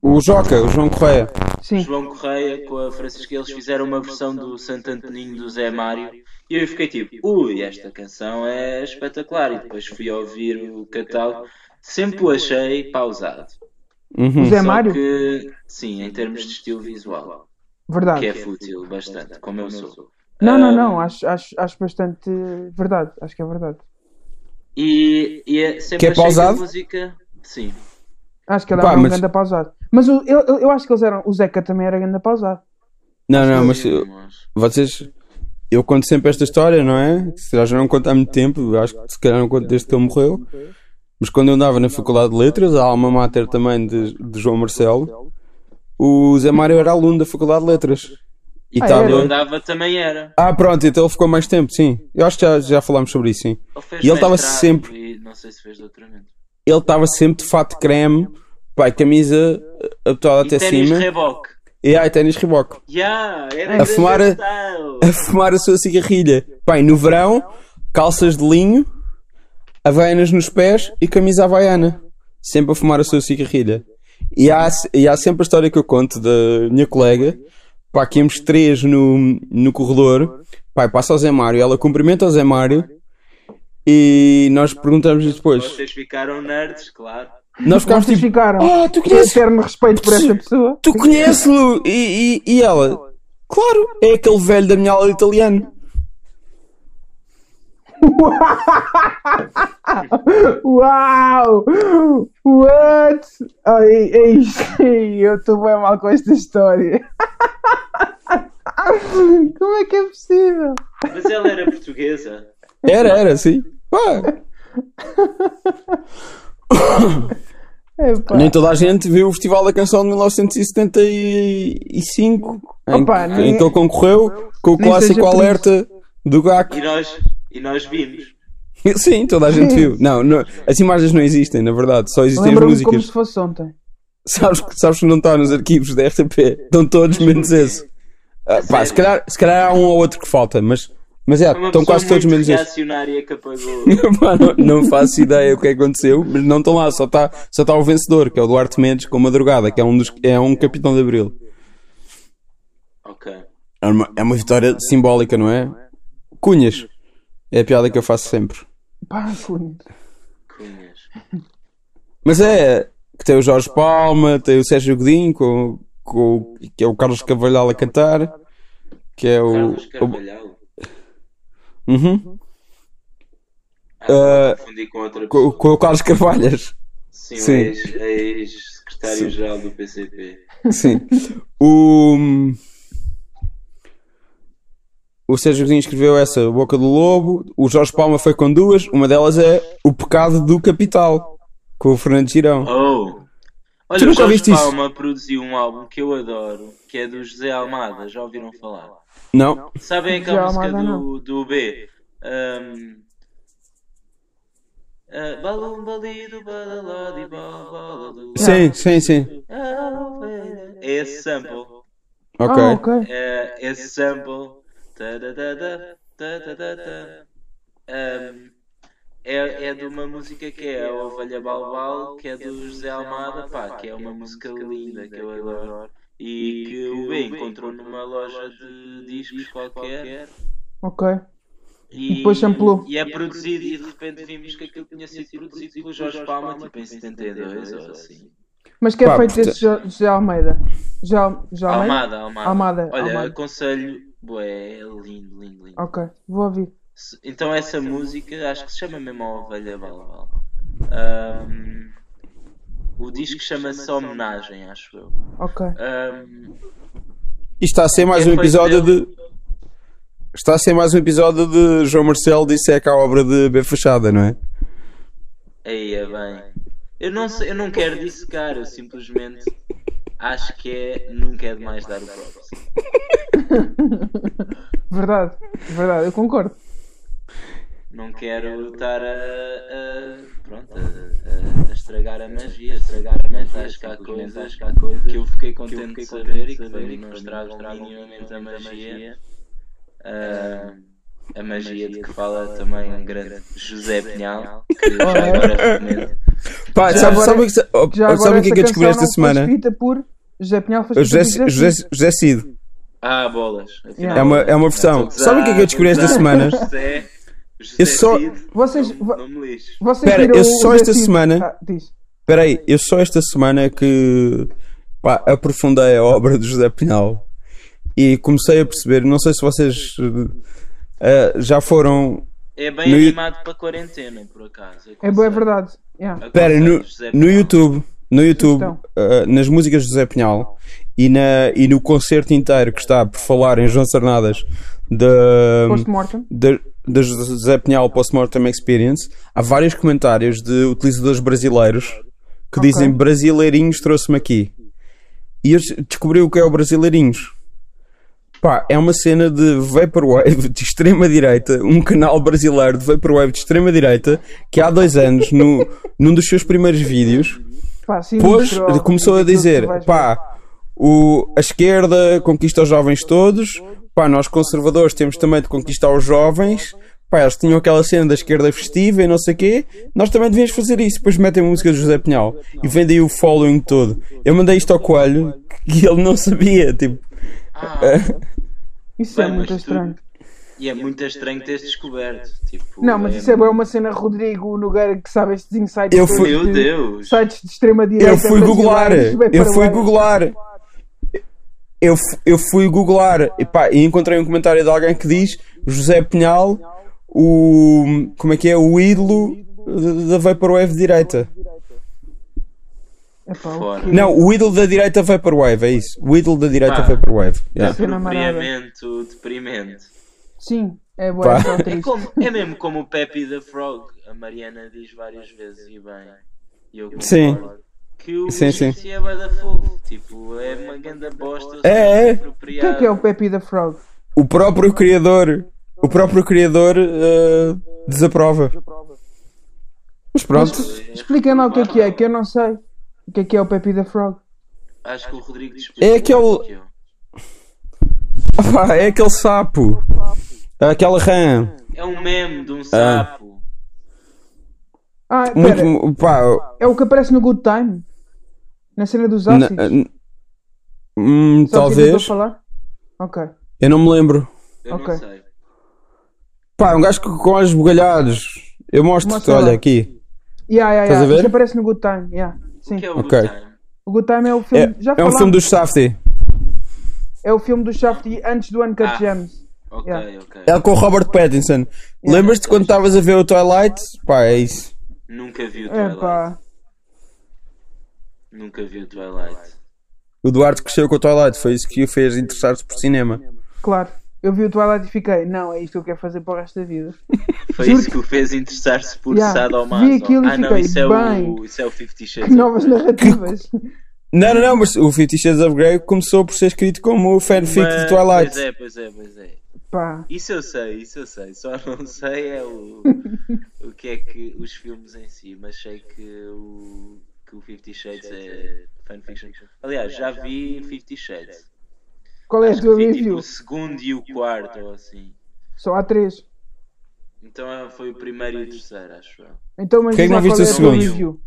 Speaker 4: O Joca, o João Correia.
Speaker 2: Sim.
Speaker 3: João Correia, com a Francisca, eles fizeram uma versão do Santo Antoninho do Zé Mário. E eu fiquei tipo, ui, esta canção é espetacular. E depois fui ouvir o catálogo. Sempre o achei pausado.
Speaker 4: Uhum.
Speaker 2: Zé
Speaker 3: Só
Speaker 2: Mário?
Speaker 3: que, sim, em termos de estilo visual, que
Speaker 2: Verdade.
Speaker 3: é fútil bastante, como eu sou.
Speaker 2: Não, não,
Speaker 3: Ah,
Speaker 2: não. Acho, acho, acho bastante verdade. Acho que é verdade.
Speaker 3: E, e é-
Speaker 4: Que
Speaker 3: sempre
Speaker 4: é
Speaker 3: achei que a
Speaker 4: pausado?
Speaker 3: música. Sim.
Speaker 2: Acho que ele
Speaker 4: Pá,
Speaker 2: era um
Speaker 4: mas-
Speaker 2: grande pausado. Mas o- eu, eu, eu acho que eles eram. O Zeca também era grande pausado.
Speaker 4: Não, não, mas uh, vocês. Eu conto sempre esta história, não é? Se calhar já não conto há muito tempo, eu acho que se calhar não conto desde que ele morreu. Mas quando eu andava na Faculdade de Letras, a alma mater também de, de João Marcelo, o Zé Mário era aluno da Faculdade de Letras. E
Speaker 2: Ah,
Speaker 4: estava.
Speaker 2: era?
Speaker 3: Eu andava também era.
Speaker 4: Ah, pronto, então ele ficou mais tempo, sim. Eu acho que já, já falámos sobre isso, sim.
Speaker 3: fez
Speaker 4: E ele tava
Speaker 3: mestrado
Speaker 4: sempre-
Speaker 3: é e não sei se fez doutoramento.
Speaker 4: Ele estava sempre de fato creme, pai, camisa apertada
Speaker 3: E
Speaker 4: até
Speaker 3: ténis
Speaker 4: cima.
Speaker 3: reboque.
Speaker 4: E ai, ténis reboque.
Speaker 3: Yeah, era
Speaker 4: A
Speaker 3: grande
Speaker 4: fumar a- <laughs>
Speaker 3: style.
Speaker 4: a fumar a sua cigarrilha. Bem, no verão, calças de linho, havaianas nos pés e camisa havaiana. Sempre a fumar a sua cigarrilha. E há, e há sempre a história que eu conto da minha colega. Pá, que íamos três no, no corredor. Pai, passa ao Zé Mário. Ela cumprimenta o Zé Mário. E nós perguntamos depois.
Speaker 3: Vocês ficaram nerds, claro.
Speaker 4: Nós ficámos
Speaker 2: Vocês
Speaker 4: tipo.
Speaker 2: ficaram.
Speaker 4: Ah, tu
Speaker 2: Tenho
Speaker 4: conheces
Speaker 2: eterno respeito por esta pessoa.
Speaker 4: Tu conheces-lo? E, e, e ela? Claro, é aquele velho da minha aula de italiano.
Speaker 2: Uau! What? Ai, ai, ai, eu estou bem mal com esta história. <laughs> Como é que é possível?
Speaker 3: Mas ela era portuguesa.
Speaker 4: Era, era, sim. Pá,
Speaker 2: Epá.
Speaker 4: nem toda a gente viu o Festival da Canção de 1975. em-
Speaker 2: Opa,
Speaker 4: em,
Speaker 2: nem-
Speaker 4: que ele concorreu com o
Speaker 2: nem seja
Speaker 4: clássico
Speaker 2: por
Speaker 4: alerta do GAC.
Speaker 3: E nós, e nós vimos.
Speaker 4: <laughs> Sim, toda a gente viu. Não, não, as imagens não existem, na verdade, só existem as
Speaker 2: Lembro-me como
Speaker 4: músicas.
Speaker 2: se fosse ontem.
Speaker 4: <laughs> Sabes, que- sabes que não está nos arquivos da RTP. Estão todos menos esse. Ah, pá, se calhar, se calhar há um ou outro que falta, mas, mas é,
Speaker 3: Foi uma
Speaker 4: estão
Speaker 3: pessoa
Speaker 4: quase todos
Speaker 3: muito
Speaker 4: menos esse.
Speaker 3: reacionária que apagou.
Speaker 4: <laughs> Pá, não, não faço ideia o que aconteceu, mas não estão lá, só está só tá o vencedor, que é o Duarte Mendes com Madrugada, que é um, dos, é um capitão de Abril.
Speaker 3: ok.
Speaker 4: É uma, é uma vitória simbólica, não é? Cunhas. É a piada que eu faço sempre.
Speaker 2: Pá, cunha.
Speaker 3: Cunhas.
Speaker 4: Mas é que tem o Jorge Palma, tem o Sérgio Godinho, com, com, que é o Carlos Cavalhal a cantar, que é o.
Speaker 3: Carlos
Speaker 4: o
Speaker 3: Carvalhal.
Speaker 4: uhum,
Speaker 3: Ah,
Speaker 4: Ah,
Speaker 3: confundi com outra
Speaker 4: com,
Speaker 3: pessoa.
Speaker 4: com o Carlos Carvalhas.
Speaker 3: Sim,
Speaker 4: sim.
Speaker 3: o ex- ex-secretário-geral do PCP.
Speaker 4: Sim. O. O Sérgio Godinho escreveu essa Boca do Lobo. O Jorge Palma foi com duas. Uma delas é O Pecado do Capital, com o Fernando Girão.
Speaker 3: Oh! Olha,
Speaker 4: Tu
Speaker 3: o
Speaker 4: nunca
Speaker 3: Jorge
Speaker 4: ouviste isso?
Speaker 3: Palma produziu um álbum que eu adoro, que é do José Almada. Já ouviram falar?
Speaker 4: Não?
Speaker 3: Sabem
Speaker 2: Já,
Speaker 3: aquela música
Speaker 2: Amada,
Speaker 3: do, do B? Ahm, ah, balum balido, balaladi, balaladu.
Speaker 4: Sim, sim, sim.
Speaker 3: É esse sample.
Speaker 4: Ok.
Speaker 2: Ah, ok.
Speaker 3: É esse sample. Tadadada, tadadada. Ahm, é, é de uma música que é a Ovelha Balbal, que é do José Almada, pá, que é uma música linda que eu adoro. E que o B encontrou numa loja de discos qualquer.
Speaker 2: Ok.
Speaker 3: E,
Speaker 2: depois ampliou.
Speaker 3: E é produzido, e de repente vimos que aquilo tinha sido produzido pelo Jorge Palma, tipo em 72 ou assim.
Speaker 2: Mas que é
Speaker 4: Pá,
Speaker 2: feito
Speaker 4: porta-
Speaker 2: esse Jo- José Almeida? José Al- José Almeida?
Speaker 3: Almada, Almada.
Speaker 2: Almada,
Speaker 3: Olha,
Speaker 2: Almada.
Speaker 3: aconselho Bué, é lindo, lindo, lindo.
Speaker 2: Ok, vou ouvir.
Speaker 3: Se- Então essa música acho que se chama mesmo a Ovelha Bala Bala. Ahm, o disco chama-se Homenagem, acho eu.
Speaker 2: Ok.
Speaker 3: Ahm,
Speaker 4: Isto está a ser mais um
Speaker 3: é feito
Speaker 4: episódio
Speaker 3: dele.
Speaker 4: de. Está a ser mais um episódio de João Marcelo disseca a obra de B. Fachada, não é?
Speaker 3: Aí é bem. Eu não, sei, eu não quero dissecar, eu simplesmente acho que é nunca é demais dar o props.
Speaker 2: Verdade, verdade, eu concordo.
Speaker 3: Não quero estar a, a- pronto, a, a- a estragar a magia, a estragar a magia. Acho que há coisas, acho que há coisas que eu fiquei contente de saber e que para mim não estragam minimamente a magia. Ah, a magia de que fala também um grande José Pinhal, que eu já agora recomendo.
Speaker 4: Pá,
Speaker 2: Já
Speaker 4: sabe,
Speaker 2: agora-
Speaker 4: sabe o que, sa- oh,
Speaker 2: Já agora
Speaker 4: sabe o que é que eu
Speaker 2: essa
Speaker 4: descobri
Speaker 2: canção
Speaker 4: esta
Speaker 2: não foi
Speaker 4: semana?
Speaker 2: escrita por José Pinhal, foi
Speaker 4: O José,
Speaker 2: escrita por
Speaker 4: José,
Speaker 2: José Cid.
Speaker 4: José Cid.
Speaker 3: Ah, bolas. afinal,
Speaker 4: É uma, é uma versão.
Speaker 3: não estou a
Speaker 4: Sabe o que é que eu
Speaker 3: gozar,
Speaker 4: descobri esta
Speaker 3: estou a
Speaker 4: semana?
Speaker 3: gozar. José, José
Speaker 4: Eu só-
Speaker 3: Cid,
Speaker 2: Vocês-
Speaker 3: não, não me lixe.
Speaker 2: Vocês
Speaker 4: Espera,
Speaker 2: viram
Speaker 4: eu
Speaker 2: o
Speaker 4: só
Speaker 2: José
Speaker 4: esta
Speaker 2: Cid?
Speaker 4: semana-
Speaker 2: Ah, diz.
Speaker 4: Espera aí, eu só esta semana que pá, aprofundei a obra de José Pinhal e comecei a perceber, não sei se vocês eh, eh, já foram.
Speaker 3: É bem
Speaker 4: No-
Speaker 3: animado para a quarentena, por acaso.
Speaker 2: É boa, é verdade. Yeah.
Speaker 4: Espera, no, no YouTube, no YouTube,
Speaker 2: Sugestão.
Speaker 4: eh, nas músicas de José Pinhal e, na, e no concerto inteiro que está por falar em João Sarnadas da
Speaker 2: Post-mortem.
Speaker 4: da da José Pinhal Postmortem Experience, há vários comentários de utilizadores brasileiros que
Speaker 2: Ok.
Speaker 4: dizem brasileirinhos trouxe-me aqui. E eu descobri o que é o brasileirinhos. Pá, é uma cena de Vaporwave de extrema direita, um canal brasileiro de Vaporwave de extrema direita, que há dois anos, no, num dos seus primeiros vídeos,
Speaker 2: Pá, sim,
Speaker 4: Pois,
Speaker 2: literal,
Speaker 4: começou a
Speaker 2: aquilo que tu
Speaker 4: dizer,
Speaker 2: vais ver.
Speaker 4: pá, o, a esquerda conquista os jovens todos, pá, nós conservadores temos também de conquistar os jovens, pá, eles tinham aquela cena da esquerda festiva e não sei quê, nós também devíamos fazer isso, depois metem a música de José Pinhal e vendem o following todo. Eu mandei isto ao Coelho e ele não sabia, tipo,
Speaker 2: Isso é
Speaker 3: Bem,
Speaker 2: muito
Speaker 3: mas tu-
Speaker 2: estranho.
Speaker 3: E é muito estranho teres descoberto. Tipo,
Speaker 2: Não, mas isso é bem uma cena Rodrigo Nogueira que sabe estes insights.
Speaker 4: Eu
Speaker 2: todos
Speaker 4: fui-
Speaker 3: Meu
Speaker 2: de-
Speaker 3: Deus!
Speaker 2: Sites de extrema direita.
Speaker 4: eu fui googlar,
Speaker 2: brasileiros, bem
Speaker 4: eu fui
Speaker 2: paraguaios.
Speaker 4: googlar. Eu, fu- eu fui googlar e, pá, e encontrei um comentário de alguém que diz José Pinhal, o. como é que é? O ídolo da- da Vaporwave de direita.
Speaker 2: Epá, o
Speaker 3: Fora.
Speaker 2: quê?
Speaker 4: Não, o ídolo da direita Vaporwave, é isso. O ídolo da direita
Speaker 3: Pá.
Speaker 4: Vaporwave. Ah. Yeah.
Speaker 2: Cena marada.
Speaker 3: Apropriamento deprimente.
Speaker 2: Sim, é
Speaker 4: Pá.
Speaker 2: boa, é só
Speaker 3: É,
Speaker 2: triste.
Speaker 3: <laughs> como, é mesmo como o Peppy the Frog. A Mariana diz várias vezes e bem. E eu concordo.
Speaker 4: Sim.
Speaker 3: Que o
Speaker 4: Sim, sim.
Speaker 3: egípcio é bué da fofo. Tipo, é uma ganda bosta.
Speaker 4: É, é.
Speaker 2: O que é que é o Pepe da Frog?
Speaker 4: O próprio criador, o próprio criador eh, desaprova. Mas pronto.
Speaker 2: Explica-me lá o que é que é, que eu não sei. O que é que é o Pepe da Frog?
Speaker 3: Acho que o Rodrigo te explica
Speaker 4: É
Speaker 3: melhor
Speaker 4: aquele-
Speaker 3: que
Speaker 4: <laughs>
Speaker 3: eu.
Speaker 4: Pá, é aquele sapo. Aquela rã.
Speaker 3: É um meme de um sapo.
Speaker 2: Ah, pera,
Speaker 4: Muito, pá,
Speaker 2: é o que aparece no Good Time? Na cena dos
Speaker 4: Na-
Speaker 2: ácidos?
Speaker 4: n-
Speaker 2: Sabes o que é que
Speaker 4: hum,
Speaker 2: eu
Speaker 4: talvez.
Speaker 2: estou a falar? Ok.
Speaker 4: Eu não me lembro.
Speaker 3: Eu
Speaker 2: Ok.
Speaker 3: não sei.
Speaker 4: Pá, um gajo com, com olhos bugalhados. Eu mostro-te,
Speaker 2: Mostra lá.
Speaker 4: olha aqui.
Speaker 2: Yeah, yeah,
Speaker 4: Estás a
Speaker 2: yeah.
Speaker 4: ver?
Speaker 2: Isto aparece no Good Time, yeah. Sim.
Speaker 3: O que é o
Speaker 4: Ok.
Speaker 3: Good Time?
Speaker 2: O Good Time é o filme. já
Speaker 4: É, é um
Speaker 2: falámos.
Speaker 4: filme do Safety.
Speaker 2: É o filme do Shaft e antes do Uncut
Speaker 3: Ah.
Speaker 2: Gems.
Speaker 3: Ok,
Speaker 2: Yeah.
Speaker 3: ok.
Speaker 4: É com o Robert Pattinson.
Speaker 2: É.
Speaker 4: Lembras-te quando estavas a ver o Twilight? Pá, é isso.
Speaker 3: Nunca vi o
Speaker 2: É
Speaker 3: Twilight.
Speaker 2: pá.
Speaker 3: Nunca vi o Twilight.
Speaker 4: O Duarte cresceu com o Twilight. Foi isso que o fez interessar-se por cinema.
Speaker 2: Claro. Eu vi o Twilight e fiquei, não, é isto que eu quero fazer para o resto da vida. <laughs>
Speaker 3: Foi
Speaker 2: Juro
Speaker 3: isso que o fez interessar-se por
Speaker 2: Yeah.
Speaker 3: Sado ao
Speaker 2: Vi aquilo e
Speaker 3: Ah, não,
Speaker 2: fiquei,
Speaker 3: isso é, o,
Speaker 2: bem.
Speaker 3: isso é o Fifty Shades.
Speaker 2: Que novas
Speaker 3: of Grey.
Speaker 4: <laughs>
Speaker 2: narrativas.
Speaker 4: Não, não, não, mas o Fifty Shades of Grey começou por ser escrito como o fanfic de
Speaker 3: Mas-
Speaker 4: Twilight.
Speaker 3: Pois é, pois é, pois é.
Speaker 2: Pá.
Speaker 3: Isso eu sei, isso eu sei. Só
Speaker 2: <laughs>
Speaker 3: não sei é o, o que é que os filmes em si, mas sei que o, que o Fifty Shades é fanfiction. Aliás, já vi Fifty Shades.
Speaker 2: Qual é a
Speaker 3: Acho que
Speaker 2: tua
Speaker 3: vi tipo,
Speaker 2: review?
Speaker 3: o segundo e o quarto, ou assim.
Speaker 2: Só há três.
Speaker 3: Então eh, foi o primeiro e o terceiro, acho eu.
Speaker 2: Então, mas
Speaker 4: Porquê que
Speaker 2: diz lá
Speaker 4: não
Speaker 2: qual é
Speaker 4: viste
Speaker 2: a
Speaker 4: o
Speaker 2: tua
Speaker 4: segundo?
Speaker 2: review.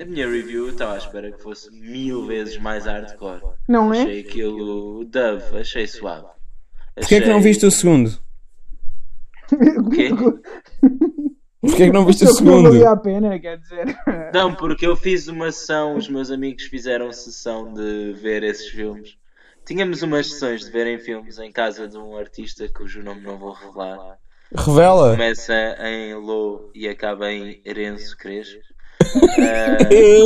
Speaker 3: A minha review eu estava à espera que fosse mil vezes mais hardcore.
Speaker 2: Não é? <laughs>
Speaker 3: Achei aquilo Dove, achei suave.
Speaker 4: Porquê é que não viste o segundo?
Speaker 3: quê?
Speaker 4: Porquê é
Speaker 2: <laughs>
Speaker 4: que não viste o
Speaker 2: Só que Não
Speaker 4: segundo?
Speaker 2: valia a pena, quer dizer.
Speaker 3: Não, porque eu fiz uma sessão, os meus amigos fizeram sessão de ver esses filmes. Tínhamos umas sessões de verem filmes em casa de um artista cujo nome não vou revelar.
Speaker 4: Revela!
Speaker 3: Começa em Lô e acaba em Erenço Crespo.
Speaker 4: <laughs>
Speaker 3: Eh,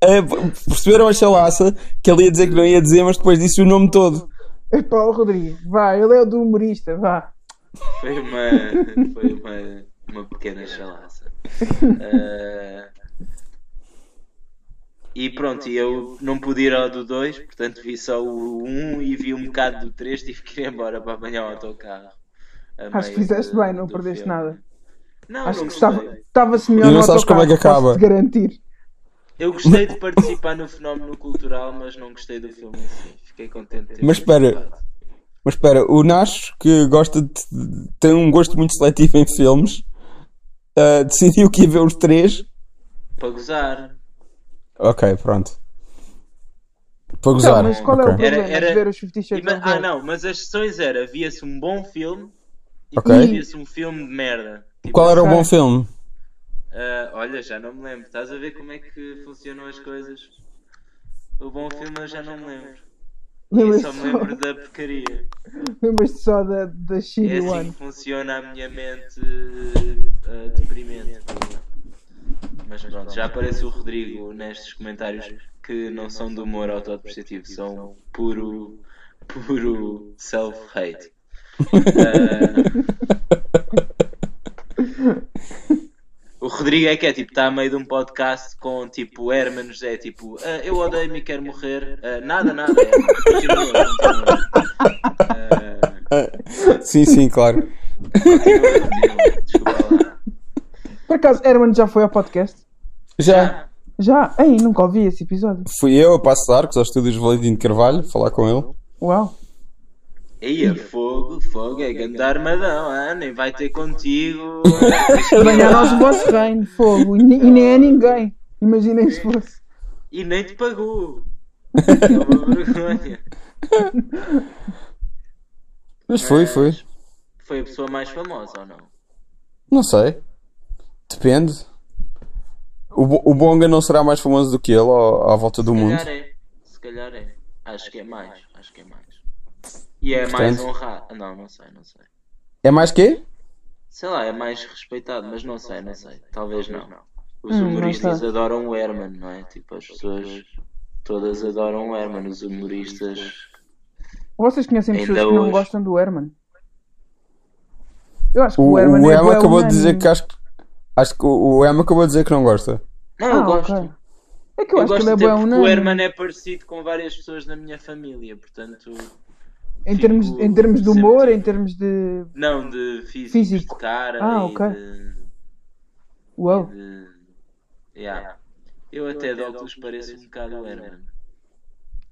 Speaker 4: É, perceberam a chalaça que ele ia dizer que não ia dizer, mas depois disse o nome todo.
Speaker 2: É Paulo Rodrigues, vá, ele é o do humorista, vá.
Speaker 3: Foi uma, foi uma, uma pequena chalaça. Ah, e pronto, e eu não pude ir ao do 2, portanto vi só o 1 e vi um bocado do 3, tive que ir embora para apanhar o autocarro. a
Speaker 2: Acho que
Speaker 3: meio
Speaker 2: fizeste
Speaker 3: de-
Speaker 2: bem, não
Speaker 3: do
Speaker 2: perdeste
Speaker 3: filme.
Speaker 2: nada.
Speaker 3: Não,
Speaker 2: Acho
Speaker 3: não
Speaker 2: que estava-
Speaker 3: gostei.
Speaker 2: estava-se melhor
Speaker 4: E não
Speaker 2: no
Speaker 4: sabes como é que
Speaker 2: autocarro,
Speaker 4: acaba.
Speaker 2: posso-te garantir.
Speaker 3: Eu gostei de participar no fenómeno cultural, mas não gostei do filme em si. Fiquei contente de ter
Speaker 4: Mas espera.
Speaker 3: participado.
Speaker 4: Mas espera, o Nash, que gosta de, de- tem um gosto muito seletivo em filmes, ah, decidiu que ia ver os três.
Speaker 3: Para gozar.
Speaker 4: Ok, pronto. Para gozar.
Speaker 2: Então, mas qual é o
Speaker 4: ok.
Speaker 2: problema
Speaker 3: Era- era-
Speaker 2: de ver os 50
Speaker 3: E
Speaker 2: Shades
Speaker 3: ma-
Speaker 2: of
Speaker 3: ah,
Speaker 2: Grey?
Speaker 3: não, mas as sessões era, via-se um bom filme e
Speaker 4: Ok.
Speaker 3: depois via-se um filme de merda. Tipo,
Speaker 4: Qual era o
Speaker 2: Ok.
Speaker 4: bom filme? <laughs>
Speaker 3: ah, olha, já não me lembro. Estás a ver como é que funcionam as coisas? O bom filme eu já não me lembro. Eu só
Speaker 2: Lembras-te
Speaker 3: me
Speaker 2: só,
Speaker 3: lembro da porcaria.
Speaker 2: lembras-te só da, da
Speaker 3: É
Speaker 2: Shitty
Speaker 3: assim
Speaker 2: One.
Speaker 3: que funciona a minha mente ah, deprimente. Mas pronto, já aparece o Rodrigo nestes comentários que não são de humor autodepreciativo, são puro, puro self-hate. Ah, O Rodrigo é que é tipo, está a meio de um podcast com tipo Herman José, tipo, "Ah, eu odeio-me e quero morrer. Ah, nada, nada, Herman. Continua, continua. Ah,
Speaker 4: Sim, sim, claro.
Speaker 3: Desculpa lá.
Speaker 2: Por acaso, Herman já foi ao podcast?
Speaker 4: Já
Speaker 2: Já? Ei, nunca ouvi esse episódio.
Speaker 4: fui eu a Passos de Arcos, aos estúdios Valentino de Carvalho, falar com ele.
Speaker 2: Uau.
Speaker 3: Ia, fogo, fogo, é grande armadão, ah, nem vai ter contigo.
Speaker 2: Ganharam os vosso reino, fogo. E, ni- e nem é ninguém. Imaginem se fosse.
Speaker 3: E nem te <laughs> pagou. É uma vergonha.
Speaker 4: Mas fui, fui.
Speaker 3: Foi a pessoa mais famosa ou não?
Speaker 4: Não sei. Depende. O, Bo- o Bonga não será mais famoso do que ele ao- à volta do
Speaker 3: Se
Speaker 4: mundo.
Speaker 3: calhar é. Se calhar é. Acho que é mais. Acho que é mais. E é mais
Speaker 4: Portanto-
Speaker 3: honrado. Não, não sei, não sei.
Speaker 4: É mais quê?
Speaker 3: Sei lá, é mais respeitado, mas não sei, não sei. Talvez não. Os
Speaker 2: Hum, não
Speaker 3: humoristas
Speaker 2: sei.
Speaker 3: adoram o Herman, não é? Tipo, as pessoas todas adoram o Herman. Os humoristas.
Speaker 2: Vocês conhecem pessoas
Speaker 3: Ainda
Speaker 2: que não
Speaker 3: hoje.
Speaker 2: gostam do Herman? Eu acho que
Speaker 4: O,
Speaker 2: o,
Speaker 4: o
Speaker 2: Herman,
Speaker 4: Emma
Speaker 2: é bué
Speaker 4: acabou de dizer
Speaker 2: unânime.
Speaker 4: que acho que. Acho que o o Emma acabou de dizer que não gosta.
Speaker 3: Não, eu
Speaker 2: Ah,
Speaker 3: gosto.
Speaker 2: ok. É que eu,
Speaker 3: Eu,
Speaker 2: acho que
Speaker 3: gosto
Speaker 2: ele é
Speaker 3: de ter,
Speaker 2: bom,
Speaker 3: porque
Speaker 2: não?
Speaker 3: o Herman é parecido com várias pessoas da minha família, portanto.
Speaker 2: Em termos,
Speaker 3: tipo,
Speaker 2: em termos de humor, em termos de.
Speaker 3: Não, de físico,
Speaker 2: Físico.
Speaker 3: de cara
Speaker 2: Ah,
Speaker 3: e
Speaker 2: ok.
Speaker 3: de.
Speaker 2: Uau! <laughs>
Speaker 3: É de... Yeah. Eu até de óculos pareço um bocado o Herman.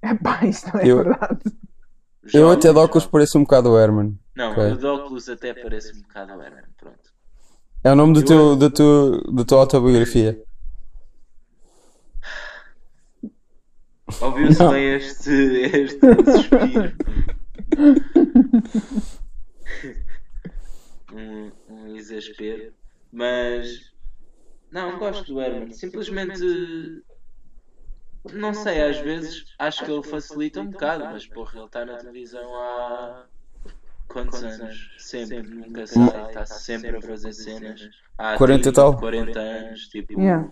Speaker 2: Epá, isso não é
Speaker 4: Eu-
Speaker 2: verdade.
Speaker 4: Eu até de
Speaker 3: Jovem,
Speaker 4: óculos
Speaker 3: jovem.
Speaker 4: pareço um bocado o Herman.
Speaker 3: Não,
Speaker 4: Ok.
Speaker 3: eu de óculos até parece um bocado o Herman, pronto.
Speaker 4: É o nome do teu, da, tua, da tua autobiografia.
Speaker 3: Ouviu-se
Speaker 4: Não.
Speaker 3: bem este, este
Speaker 4: <laughs>
Speaker 3: suspiro. um, um exaspero. Mas. Não, gosto do Herman. Simplesmente. Não sei, às vezes acho que ele facilita um bocado, mas porra, ele está na televisão há. Quantos anos? Sempre, nunca sai, está sempre a fazer cenas. Há
Speaker 4: 40 e
Speaker 3: 30,
Speaker 4: tal.
Speaker 3: 40 anos, tipo.
Speaker 2: Yeah.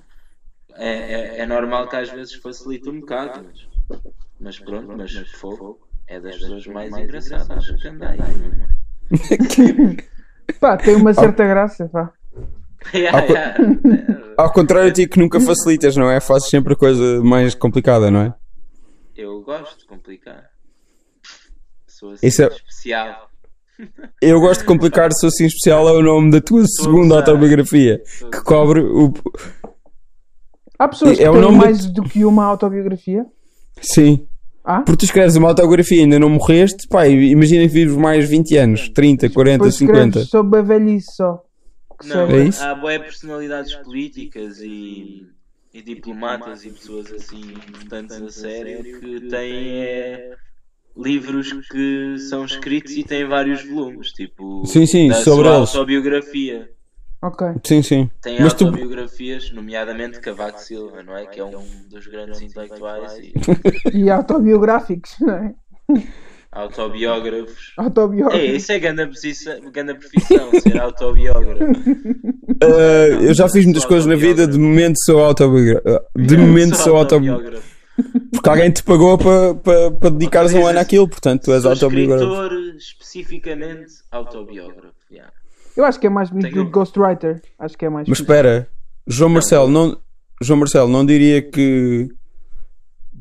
Speaker 3: É, é, é normal que às vezes facilite um bocado, mas, mas pronto, mas fogo é das pessoas mais engraçadas que anda aí, não é?
Speaker 2: Pá, tem
Speaker 4: Ah.
Speaker 2: uma certa graça, pá.
Speaker 3: Yeah, <laughs> yeah.
Speaker 4: Ao contrário de ti, que nunca facilitas, não é? Fazes sempre a coisa mais complicada, não é?
Speaker 3: Eu gosto de complicar. Sou assim
Speaker 4: Isso é-
Speaker 3: especial.
Speaker 4: Eu gosto de complicar, sou assim especial, é o nome da tua segunda autobiografia, que cobre o.
Speaker 2: Há pessoas que
Speaker 4: É o
Speaker 2: têm
Speaker 4: nome do-
Speaker 2: mais do que uma autobiografia.
Speaker 4: Sim.
Speaker 2: Ah?
Speaker 4: Porque tu escreves uma autobiografia e ainda não morreste, pá, imagina que vives mais 20 anos, 30, 40,
Speaker 2: Depois escreves
Speaker 4: 50.
Speaker 2: sobre a velhice só. Que
Speaker 3: Não,
Speaker 2: sei.
Speaker 4: É isso?
Speaker 3: há boé personalidades políticas e, e diplomatas e pessoas assim importantes a sério que têm é, livros que são escritos e têm vários volumes, tipo
Speaker 4: Sim, sim,
Speaker 3: da
Speaker 4: sobre
Speaker 3: sua
Speaker 4: eles.
Speaker 3: autobiografia.
Speaker 2: Ok.
Speaker 4: Sim, sim.
Speaker 3: Tem
Speaker 4: Mas tu-
Speaker 3: autobiografias, nomeadamente Cavaco Silva, não é? Que é um dos grandes intelectuais e
Speaker 2: E autobiográficos, <laughs> não é?
Speaker 3: autobiógrafos. É,
Speaker 2: Autobiográficos.
Speaker 3: isso é grande profissão, grande profissão ser autobiógrafo.
Speaker 4: Ah, eu já fiz muitas coisas na vida, de momento sou autobiográfico. De momento sou autobiográfico. Porque alguém te pagou para pa, pa dedicares um ano àquilo, portanto tu és
Speaker 3: Sou
Speaker 4: autobiográfico.
Speaker 3: escritor, especificamente autobiógrafo. yeah.
Speaker 2: Eu acho que é mais bonito
Speaker 3: Tenho- um.
Speaker 2: do que Ghostwriter. Acho que é mais.
Speaker 4: Mas
Speaker 2: fixe.
Speaker 4: espera, João Marcelo, não, João Marcelo, não diria que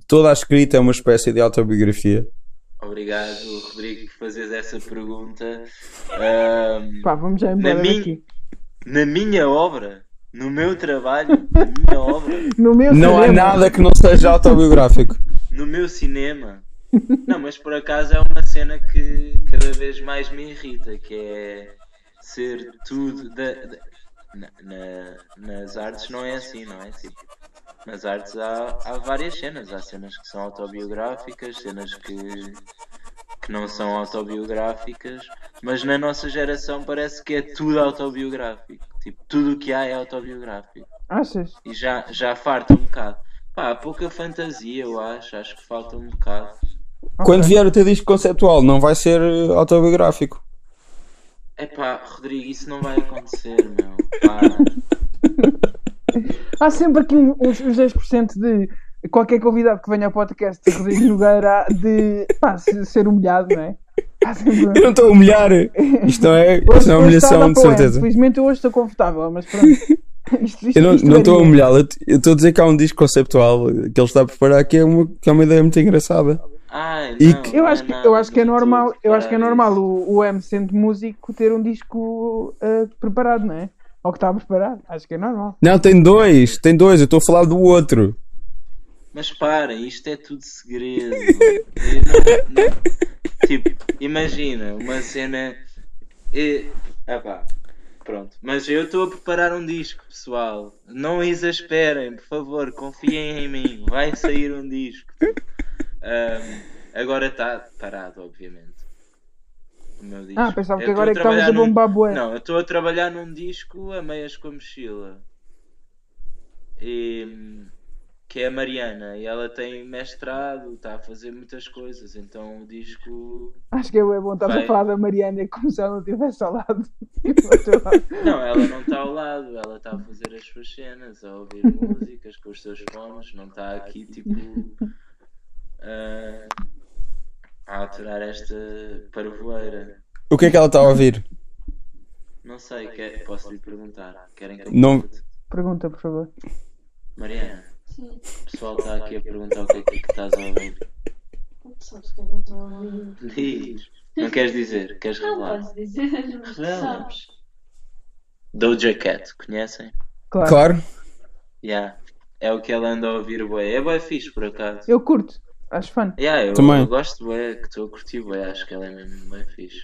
Speaker 4: toda a escrita é uma espécie de autobiografia?
Speaker 3: Obrigado, Rodrigo, por fazeres essa pergunta. Ahm,
Speaker 2: Pá, vamos já embora
Speaker 3: Na minha-
Speaker 2: daqui.
Speaker 3: na minha obra, no meu trabalho, na minha obra,
Speaker 2: No meu
Speaker 4: Não há
Speaker 2: cinema-
Speaker 4: nada que não seja autobiográfico.
Speaker 3: no meu cinema. Não, mas por acaso é uma cena que cada vez mais me irrita, que é ser tudo da, da- na- na- nas artes não é assim, não é? Tipo, nas artes há, há várias cenas, há cenas que são autobiográficas, cenas que, que não são autobiográficas, mas na nossa geração parece que é tudo autobiográfico. Tipo, tudo o que há é autobiográfico
Speaker 2: Achas?
Speaker 3: e já, já farta um bocado. Pá, há pouca fantasia, eu acho. Acho que falta um bocado.
Speaker 2: Ok.
Speaker 4: Quando vier o teu disco conceptual, não vai ser eh, autobiográfico.
Speaker 3: É pá, Rodrigo, isso não vai acontecer, meu. Pá,
Speaker 2: Há sempre aqui um, uns, uns 10% de qualquer convidado que venha ao podcast de Rodrigo Nogueira de pá, se- ser humilhado, não é? Há sempre.
Speaker 4: Eu não estou a humilhar! Isto não
Speaker 2: <laughs>
Speaker 4: é, isto não é
Speaker 2: hoje está a dar
Speaker 4: humilhação, de
Speaker 2: para o M.
Speaker 4: certeza.
Speaker 2: Felizmente eu hoje estou confortável, mas
Speaker 4: <laughs>
Speaker 2: pronto. Isto- isto-
Speaker 4: Eu não
Speaker 2: isto é
Speaker 4: não estou a
Speaker 2: varia.
Speaker 4: humilhá-lo, eu t- eu estou a dizer que há um disco conceptual que ele está a preparar que é uma, que é uma ideia muito engraçada.
Speaker 3: ai,
Speaker 4: E
Speaker 3: não,
Speaker 4: que-
Speaker 2: Eu
Speaker 3: não
Speaker 2: acho que,
Speaker 3: nada
Speaker 2: eu acho que é
Speaker 3: de tudo,
Speaker 2: normal, eu acho que é
Speaker 3: pá,
Speaker 2: normal
Speaker 3: isso.
Speaker 2: o, o M sendo músico ter um disco ah, preparado, não é? Ou que está preparado, acho que é normal.
Speaker 4: Não, tem dois, tem dois, eu estou a falar do outro.
Speaker 3: Mas para, isto é tudo segredo. Eu não- não- Tipo, imagina, uma cena. E... Ah pá, pronto. Mas eu estou a preparar um disco, pessoal. Não exasperem, por favor, confiem em mim. Vai sair um disco. Ahm, agora está parado, obviamente. O meu disco.
Speaker 2: Ah, pensava
Speaker 3: Eu
Speaker 2: que agora é que
Speaker 3: estou
Speaker 2: estavas a
Speaker 3: trabalhar num-
Speaker 2: bombar bué.
Speaker 3: Não, eu estou a trabalhar num disco a meias com a mochila. E que é a Mariana e ela tem mestrado, está a fazer muitas coisas, então o disco.
Speaker 2: Acho que é bué bom estar a
Speaker 3: Vai.
Speaker 2: falar da Mariana como se ela não estivesse ao lado. <laughs> Tipo, ao teu lado.
Speaker 3: Não, ela não está ao lado, ela está a fazer as suas cenas, a ouvir músicas com os seus fones, não está aqui tipo ah, a aturar esta parvoeira.
Speaker 4: O que é que ela está a ouvir?
Speaker 3: Não sei, quer, posso lhe perguntar. Querem que eu
Speaker 4: Não-
Speaker 3: pergunte?
Speaker 2: Pergunta, por favor.
Speaker 3: Mariana,
Speaker 5: Sim,
Speaker 3: o pessoal está aqui a perguntar o que é que estás a ouvir.
Speaker 5: tu sabes é que eu não estou a ouvir.
Speaker 3: Diz. Não queres dizer, queres
Speaker 5: Não
Speaker 3: revelar?
Speaker 5: posso dizer, mas tu
Speaker 3: Revela.
Speaker 5: sabes.
Speaker 3: Doja Cat, conhecem?
Speaker 2: Claro.
Speaker 4: Claro.
Speaker 3: Yeah. É o que ela anda a ouvir, bué. É bué fixe, por acaso.
Speaker 2: Eu curto, acho fã.
Speaker 3: Yeah, eu,
Speaker 4: Também.
Speaker 3: eu gosto, bué, que estou a curtir, bué. Acho que ela é mesmo bué fixe.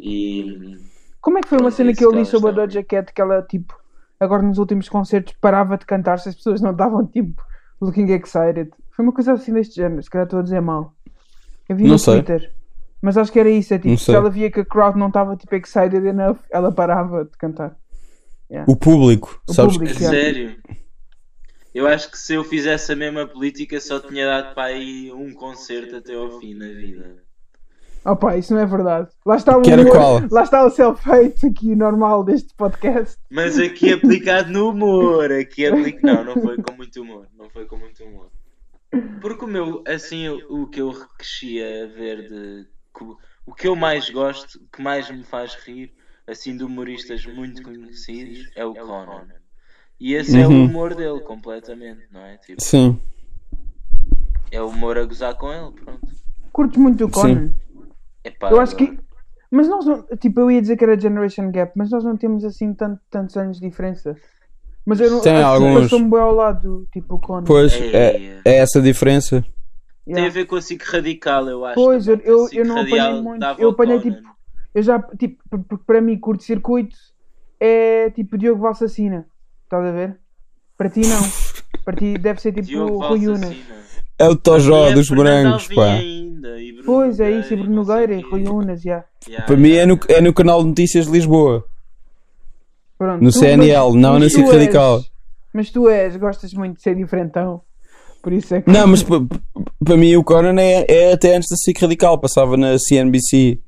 Speaker 3: E...
Speaker 2: Como é que foi uma
Speaker 3: Pronto, é
Speaker 2: cena
Speaker 3: isso
Speaker 2: que eu
Speaker 3: que
Speaker 2: li
Speaker 3: ela
Speaker 2: sobre a
Speaker 3: está a
Speaker 2: Doja Cat que ela, tipo, agora nos últimos concertos parava de cantar se as pessoas não davam, tipo, looking excited? Foi uma coisa assim deste género, se calhar estou a dizer mal. Eu vi
Speaker 4: Não
Speaker 2: no
Speaker 4: sei.
Speaker 2: Twitter. Mas acho que era isso, é
Speaker 4: Não
Speaker 2: tipo, se
Speaker 4: sei.
Speaker 2: ela via que a crowd não estava, tipo, excited enough, ela parava de cantar.
Speaker 4: O público,
Speaker 2: O
Speaker 4: sabes?
Speaker 3: A
Speaker 2: público, yeah.
Speaker 3: sério? Eu acho que se eu fizesse a mesma política só tinha dado para aí um concerto até ao fim na vida.
Speaker 2: Opa, isso não é verdade. Lá está o
Speaker 4: Que era
Speaker 2: humor,
Speaker 4: qual?
Speaker 2: lá está o self-hate aqui normal deste podcast.
Speaker 3: Mas aqui aplicado no humor, aqui aplicado... Não, não foi com muito humor, não foi com muito humor. Porque o meu, assim, o, o que eu crescia a ver de... co- O que eu mais gosto, o que mais me faz rir, assim, de humoristas muito conhecidos, é o Conan. E esse é o
Speaker 4: Uhum.
Speaker 3: humor dele, completamente, não é? Tipo,
Speaker 4: Sim.
Speaker 3: é o humor a gozar com ele, pronto.
Speaker 2: Curtes muito o Conan?
Speaker 3: Epá,
Speaker 2: Eu acho que.
Speaker 3: agora-
Speaker 2: Mas nós não. Tipo, eu ia dizer que era Generation Gap, mas nós não temos assim tanto, tantos anos de diferença. Mas eu não.
Speaker 4: Tem
Speaker 2: acho que
Speaker 4: alguns.
Speaker 2: Passou-me bem ao lado, tipo, o Conan.
Speaker 4: Pois, é, é essa a diferença.
Speaker 3: Tem a
Speaker 2: Yeah.
Speaker 3: ver com o SIC radical, eu acho.
Speaker 2: Pois,
Speaker 3: também,
Speaker 2: eu- eu-
Speaker 3: que o SIC
Speaker 2: eu não apanhei
Speaker 3: radial
Speaker 2: muito.
Speaker 3: dava
Speaker 2: Eu
Speaker 3: o
Speaker 2: apanhei,
Speaker 3: Conan.
Speaker 2: tipo, Eu já. Tipo, porque para mim, curto-circuito é tipo Diogo Valsacina. Estás a ver? Para ti, não. Para ti, deve ser tipo
Speaker 3: Diogo
Speaker 2: o Rui
Speaker 3: Valsacina.
Speaker 2: Unas.
Speaker 4: É o Tojó
Speaker 3: E é
Speaker 4: dos
Speaker 3: Fernando
Speaker 4: brancos,
Speaker 3: Alvim
Speaker 4: pá.
Speaker 3: ainda, e Bruno
Speaker 2: Pois é, isso, e Bruno um-
Speaker 3: não sei
Speaker 2: Nogueira e
Speaker 3: quê.
Speaker 2: Rui Unas, já.
Speaker 3: Yeah,
Speaker 4: Para mim é no, é no canal de Notícias de Lisboa.
Speaker 2: Pronto,
Speaker 4: No
Speaker 2: tu-
Speaker 4: CNL,
Speaker 2: mas-
Speaker 4: não
Speaker 2: mas
Speaker 4: na
Speaker 2: tu
Speaker 4: SIC
Speaker 2: és-
Speaker 4: Radical.
Speaker 2: Mas tu és, gostas muito de ser diferentão. Por isso é que.
Speaker 4: Não, mas pa- pa- para mim o Conan é, é até antes da SIC Radical, passava na CNBC.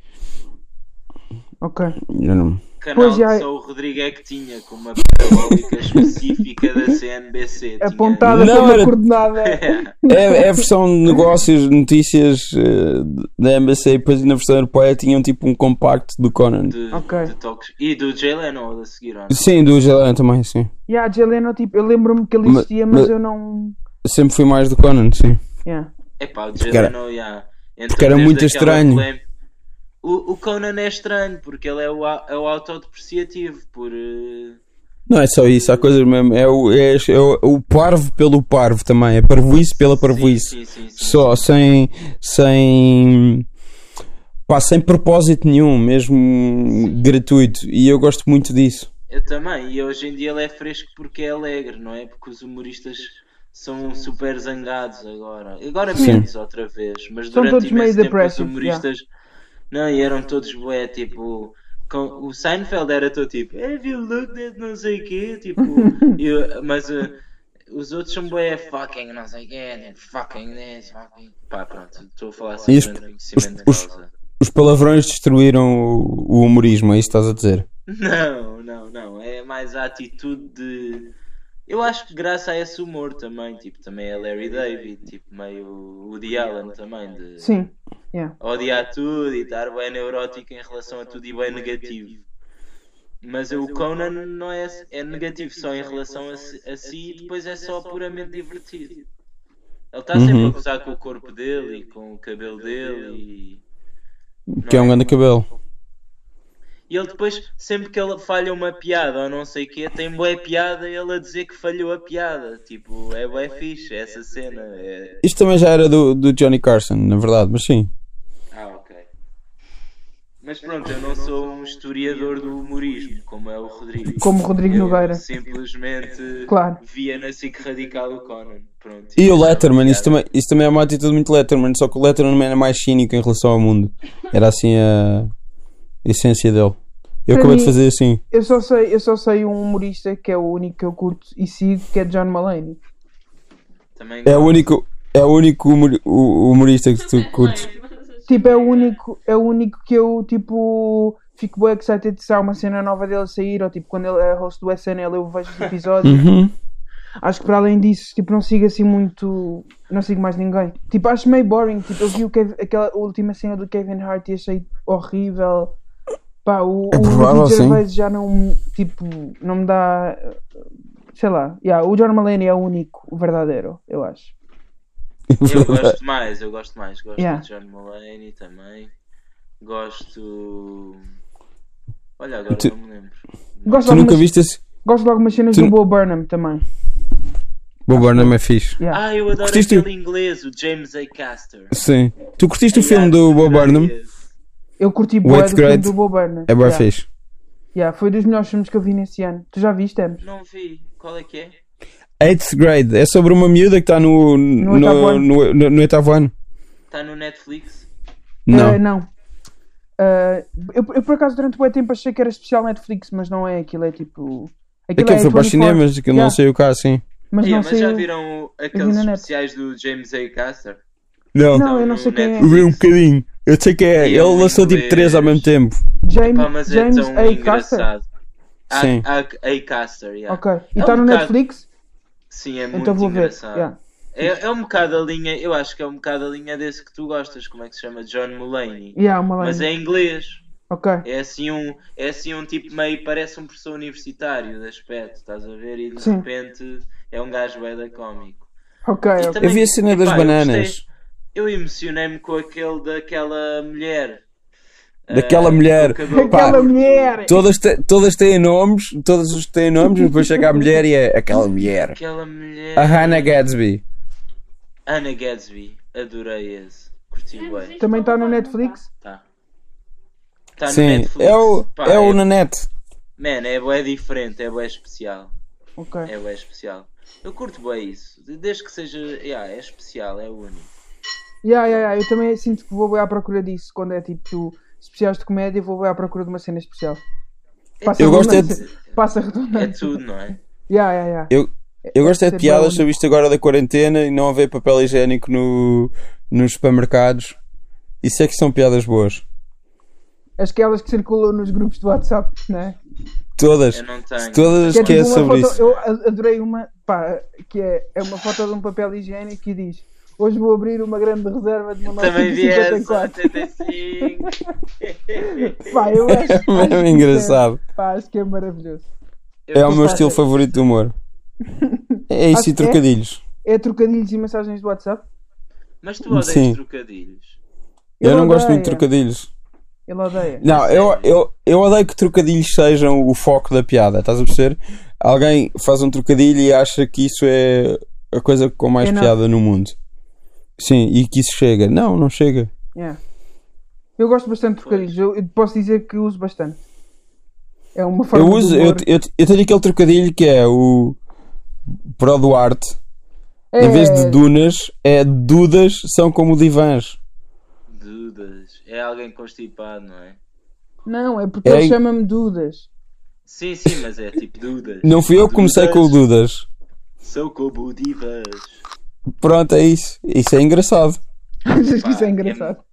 Speaker 2: Ok.
Speaker 4: Eu não-
Speaker 3: Canal
Speaker 2: Pois já-
Speaker 3: que só o Rodrigo é que tinha, com uma parabólica específica da CNBC. tinha-
Speaker 2: Apontada
Speaker 4: Não,
Speaker 2: para uma
Speaker 4: era- <laughs>
Speaker 2: coordenada.
Speaker 4: É, é a versão de negócios, notícias eh, da NBC e depois na versão europeia tinham tipo um compacto do Conan.
Speaker 3: De,
Speaker 2: Ok.
Speaker 3: de toques. E do Jay Leno a seguir, ou não?
Speaker 4: Sim, do Gelano também, sim.
Speaker 2: Yeah, Jelena, tipo, eu lembro-me que ele
Speaker 4: Mas-
Speaker 2: existia, mas,
Speaker 4: mas-
Speaker 2: eu não.
Speaker 4: Sempre fui mais do Conan, sim.
Speaker 2: Yeah.
Speaker 3: Epá, o Jay
Speaker 4: era-
Speaker 3: Leno, já. Entrou
Speaker 4: porque era
Speaker 3: desde
Speaker 4: muito
Speaker 3: aquela
Speaker 4: estranho.
Speaker 3: polém- O, o Conan é estranho, porque ele é o, au- é o autodepreciativo, por... eh,
Speaker 4: Não é só isso, há coisas mesmo. É o, é, é o, o parvo pelo parvo também. É parvoíce pela
Speaker 3: Sim,
Speaker 4: parvoíce.
Speaker 3: sim, sim.
Speaker 4: Só, sem. sem. pá, sem propósito nenhum, mesmo gratuito. E eu gosto muito disso.
Speaker 3: Eu também, e hoje em dia ele é fresco porque é alegre, não é? Porque os humoristas são super zangados agora. Agora
Speaker 4: Sim.
Speaker 3: menos outra vez, mas
Speaker 2: São
Speaker 3: durante
Speaker 2: todos meio
Speaker 3: imenso tempo os
Speaker 2: depressive,
Speaker 3: humoristas não, e eram todos bué, tipo, com- o Seinfeld era todo tipo, have you looked at não sei quê,
Speaker 4: <laughs>
Speaker 3: tipo, e o- mas uh, os outros são bué fucking não sei quê, né? fucking this, fucking... Pá, pronto, estou a falar assim,
Speaker 4: E os-
Speaker 3: grande conhecimento de
Speaker 4: os- os-
Speaker 3: causa.
Speaker 4: Os palavrões destruíram o, o humorismo, é isso que estás a dizer?
Speaker 3: Não, não, não. É mais a atitude de. Eu acho que graças a esse humor também, tipo, também é Larry David, tipo, meio Woody Allen também, de
Speaker 2: Sim.
Speaker 3: odiar tudo e estar bem neurótico em relação a tudo e bem negativo. Mas o Conan não é, é negativo só em relação a, si- a si e depois é só puramente divertido. Ele está sempre
Speaker 4: Uhum.
Speaker 3: a gozar com o corpo dele e com o cabelo dele e.
Speaker 4: Que é um grande cabelo.
Speaker 3: E ele depois, sempre que ele falha uma piada ou não sei o quê, tem boa piada ele a dizer que falhou a piada. Tipo, é bué fixe essa cena. é-
Speaker 4: Isto também já era do, do Johnny Carson, na verdade, mas sim.
Speaker 3: Ah, ok. Mas pronto, eu não sou um historiador do humorismo, como é o Rodrigo.
Speaker 2: Como Rodrigo
Speaker 3: Eu
Speaker 2: Nogueira.
Speaker 3: simplesmente
Speaker 2: Claro.
Speaker 3: via na SIC Radical o Conan. Pronto,
Speaker 4: E o
Speaker 3: era uma
Speaker 4: Letterman, isso
Speaker 3: piada.
Speaker 4: também, isso também é uma atitude muito Letterman, só que o Letterman era mais cínico em relação ao mundo. Era assim a essência dele.
Speaker 2: Para
Speaker 4: Eu
Speaker 2: mim-
Speaker 4: acabei de fazer assim.
Speaker 2: Eu só, sei, eu só sei um humorista que é o único que eu curto e sigo, que é John Mulaney.
Speaker 3: Também
Speaker 4: É o único, é o único humor- o- humorista que tu curtes.
Speaker 2: Tipo, é o único, é o único que eu, tipo, fico bem excited se há uma cena nova dele a sair, ou tipo, quando ele é host do SNL eu vejo os episódios.
Speaker 4: Uhum.
Speaker 2: Acho que para além disso, tipo, não sigo assim muito. Não sigo mais ninguém. Tipo, acho meio boring. Tipo, eu vi o Kev- aquela última cena do Kevin Hart e achei horrível. Pá, o,
Speaker 4: É
Speaker 2: o
Speaker 4: provável,
Speaker 2: Ricky
Speaker 4: sim.
Speaker 2: Gervais já não. Tipo, não me dá. Sei lá. Yeah, o John Mulaney é o único verdadeiro, eu acho.
Speaker 3: Eu gosto mais, eu gosto mais. Gosto
Speaker 2: Yeah.
Speaker 3: de John Mulaney também. Gosto. Olha, agora
Speaker 4: Tu-
Speaker 3: não me lembro.
Speaker 2: Gosto, de
Speaker 4: Tu nunca
Speaker 2: algumas,
Speaker 4: viste esse?
Speaker 2: gosto de algumas cenas
Speaker 4: tu
Speaker 2: do
Speaker 4: nu-
Speaker 2: Bo Burnham também.
Speaker 4: Bo Burnham é fixe.
Speaker 2: Yeah.
Speaker 3: Ah, eu adoro
Speaker 4: Curtiste?
Speaker 3: aquele inglês, o James A. Caster.
Speaker 4: Sim. Tu curtiste o filme do Bo Burnham?
Speaker 2: eu curti
Speaker 4: White
Speaker 2: boa do filme
Speaker 4: Great
Speaker 2: do Bo Burnham.
Speaker 4: É bem
Speaker 2: yeah.
Speaker 4: fixe.
Speaker 2: Yeah, foi dos melhores filmes que eu vi nesse ano. Tu já viste, Emes?
Speaker 3: Não vi. Qual é que é?
Speaker 4: Eighth Grade. É sobre uma miúda que está no, no,
Speaker 2: oitavo
Speaker 4: no,
Speaker 2: ano.
Speaker 4: no- no oitavo ano.
Speaker 3: Está Tá no Netflix?
Speaker 2: Eh,
Speaker 4: Não.
Speaker 2: não. Eh, eu, eu, por acaso durante o tempo achei que era especial Netflix, mas não é aquilo, é tipo. Aquilo,
Speaker 4: Aquilo É foi para os
Speaker 2: 24,
Speaker 4: cinemas, aquilo não
Speaker 2: yeah,
Speaker 4: sei o caso, sim.
Speaker 2: Mas
Speaker 3: Mas,
Speaker 2: não
Speaker 3: mas
Speaker 2: sei.
Speaker 3: já
Speaker 2: o-
Speaker 3: viram o-
Speaker 2: vi
Speaker 3: aqueles
Speaker 2: na net.
Speaker 3: especiais do James A. Caster?
Speaker 4: Não.
Speaker 2: Não, eu não
Speaker 3: no
Speaker 2: sei quem é.
Speaker 4: Eu
Speaker 3: Netflix.
Speaker 4: vi um bocadinho. Eu sei que é.
Speaker 3: E
Speaker 4: Ele
Speaker 3: é um
Speaker 4: lançou tipo
Speaker 3: inglês.
Speaker 4: três ao mesmo tempo.
Speaker 2: James,
Speaker 3: Pá, mas
Speaker 2: James
Speaker 3: é tão
Speaker 2: A. Caster?
Speaker 3: engraçado.
Speaker 4: Sim.
Speaker 3: A, a, a Caster, yeah.
Speaker 2: Ok. E
Speaker 3: É
Speaker 2: está
Speaker 3: um
Speaker 2: no
Speaker 3: bocado-
Speaker 2: Netflix?
Speaker 3: Sim, é muito
Speaker 2: Então vou ver.
Speaker 3: engraçado.
Speaker 2: yeah.
Speaker 3: É, é um bocado a linha, eu acho que é um bocado a linha desse que tu gostas, como é que se chama? John Mulaney.
Speaker 2: Yeah, uma
Speaker 3: Mas
Speaker 2: lenda.
Speaker 3: é inglês.
Speaker 2: Ok.
Speaker 3: É assim um, é assim um tipo meio, parece um professor universitário de aspecto, estás a ver? E de
Speaker 2: Sim.
Speaker 3: repente é um gajo bué da cómico.
Speaker 2: Ok,
Speaker 3: E
Speaker 2: ok.
Speaker 3: também-
Speaker 4: Eu vi a cena das
Speaker 3: epá, eu
Speaker 4: bananas.
Speaker 3: gostei. Eu emocionei-me com aquele daquela mulher.
Speaker 4: Daquela
Speaker 3: Ah,
Speaker 4: mulher.
Speaker 3: com o cabelo
Speaker 4: Pá.
Speaker 2: <laughs> Aquela
Speaker 3: curto.
Speaker 2: mulher!
Speaker 4: Todas, te- todas têm nomes, todas os têm nomes, mas depois chega a mulher e é aquela mulher.
Speaker 3: Aquela mulher.
Speaker 4: A Hannah Gadsby.
Speaker 3: Anna Gadsby. Adorei esse. Curti bem.
Speaker 2: Também está no Netflix?
Speaker 3: Tá. Tá no
Speaker 4: Sim,
Speaker 3: Netflix.
Speaker 4: é o,
Speaker 3: Pá,
Speaker 4: é o na net.
Speaker 3: Man, é bué diferente, é bué especial.
Speaker 2: Ok.
Speaker 3: É bué especial. Eu curto bem isso. Desde que seja. Yeah, é especial, é único.
Speaker 2: Yeah, yeah, yeah. Eu também sinto que vou bem à procura disso. Quando é tipo especiais de comédia, vou bem à procura de uma cena especial. Passa
Speaker 4: Eu gosto é
Speaker 2: redundante. Passa
Speaker 3: É
Speaker 2: redundante.
Speaker 3: tudo, não é?
Speaker 2: Yeah, yeah, yeah.
Speaker 4: Eu- Eu gosto é
Speaker 2: Ser
Speaker 4: de piadas
Speaker 2: bom.
Speaker 4: sobre isto agora da quarentena e não haver papel higiênico no, nos supermercados. Isso é que são piadas boas.
Speaker 2: As aquelas que circulam nos grupos do WhatsApp, né?
Speaker 4: Todas.
Speaker 3: Eu não tenho.
Speaker 4: Todas
Speaker 2: Que é
Speaker 4: que é
Speaker 2: tipo uma
Speaker 4: sobre
Speaker 2: foto,
Speaker 4: isso. <laughs>
Speaker 2: eu a- adorei uma, pá, que é, é uma foto de um papel higiênico e diz Hoje vou abrir uma grande reserva de
Speaker 3: Também vi essa,
Speaker 2: 1954.
Speaker 3: 85.
Speaker 2: Pá, eu acho,
Speaker 4: É
Speaker 2: acho que
Speaker 4: mesmo
Speaker 2: isso
Speaker 4: engraçado.
Speaker 2: Pá, acho que é maravilhoso.
Speaker 4: É o
Speaker 3: Eu-
Speaker 4: meu estilo favorito
Speaker 2: <laughs>
Speaker 4: de humor. É isso
Speaker 2: Acho
Speaker 4: e
Speaker 2: que é.
Speaker 4: trocadilhos.
Speaker 2: É trocadilhos e mensagens do WhatsApp?
Speaker 3: Mas tu odeias
Speaker 4: Sim.
Speaker 3: trocadilhos.
Speaker 4: Eu não gosto
Speaker 2: odeio.
Speaker 4: muito de trocadilhos.
Speaker 2: Ele odeia.
Speaker 4: Não,
Speaker 2: é-
Speaker 4: eu, eu, eu odeio que trocadilhos sejam o foco da piada, estás a perceber? Alguém faz um trocadilho e acha que isso é a coisa com mais
Speaker 2: É não.
Speaker 4: piada no mundo. Sim, e que isso chega. Não, não chega.
Speaker 2: Yeah. Eu gosto bastante de trocadilhos. Eu, eu posso dizer que uso bastante. É uma forma
Speaker 4: Eu uso,
Speaker 2: de
Speaker 4: eu,
Speaker 2: humor.
Speaker 4: eu, eu tenho aquele trocadilho que é o Pro Duarte, em vez de
Speaker 2: É,
Speaker 4: dunas, é dudas são como divãs.
Speaker 3: Dudas. É alguém constipado, não é?
Speaker 2: Não, é porque
Speaker 4: É-
Speaker 2: ele chama-me Dudas. <laughs>
Speaker 3: Sim, sim, mas é tipo Dudas.
Speaker 4: Não fui eu que comecei com o dudas.
Speaker 3: Sou como divas.
Speaker 4: Pronto, é isso. Isso é engraçado. <laughs>
Speaker 2: Achas que
Speaker 3: Pá,
Speaker 2: isso é
Speaker 3: é
Speaker 2: engraçado?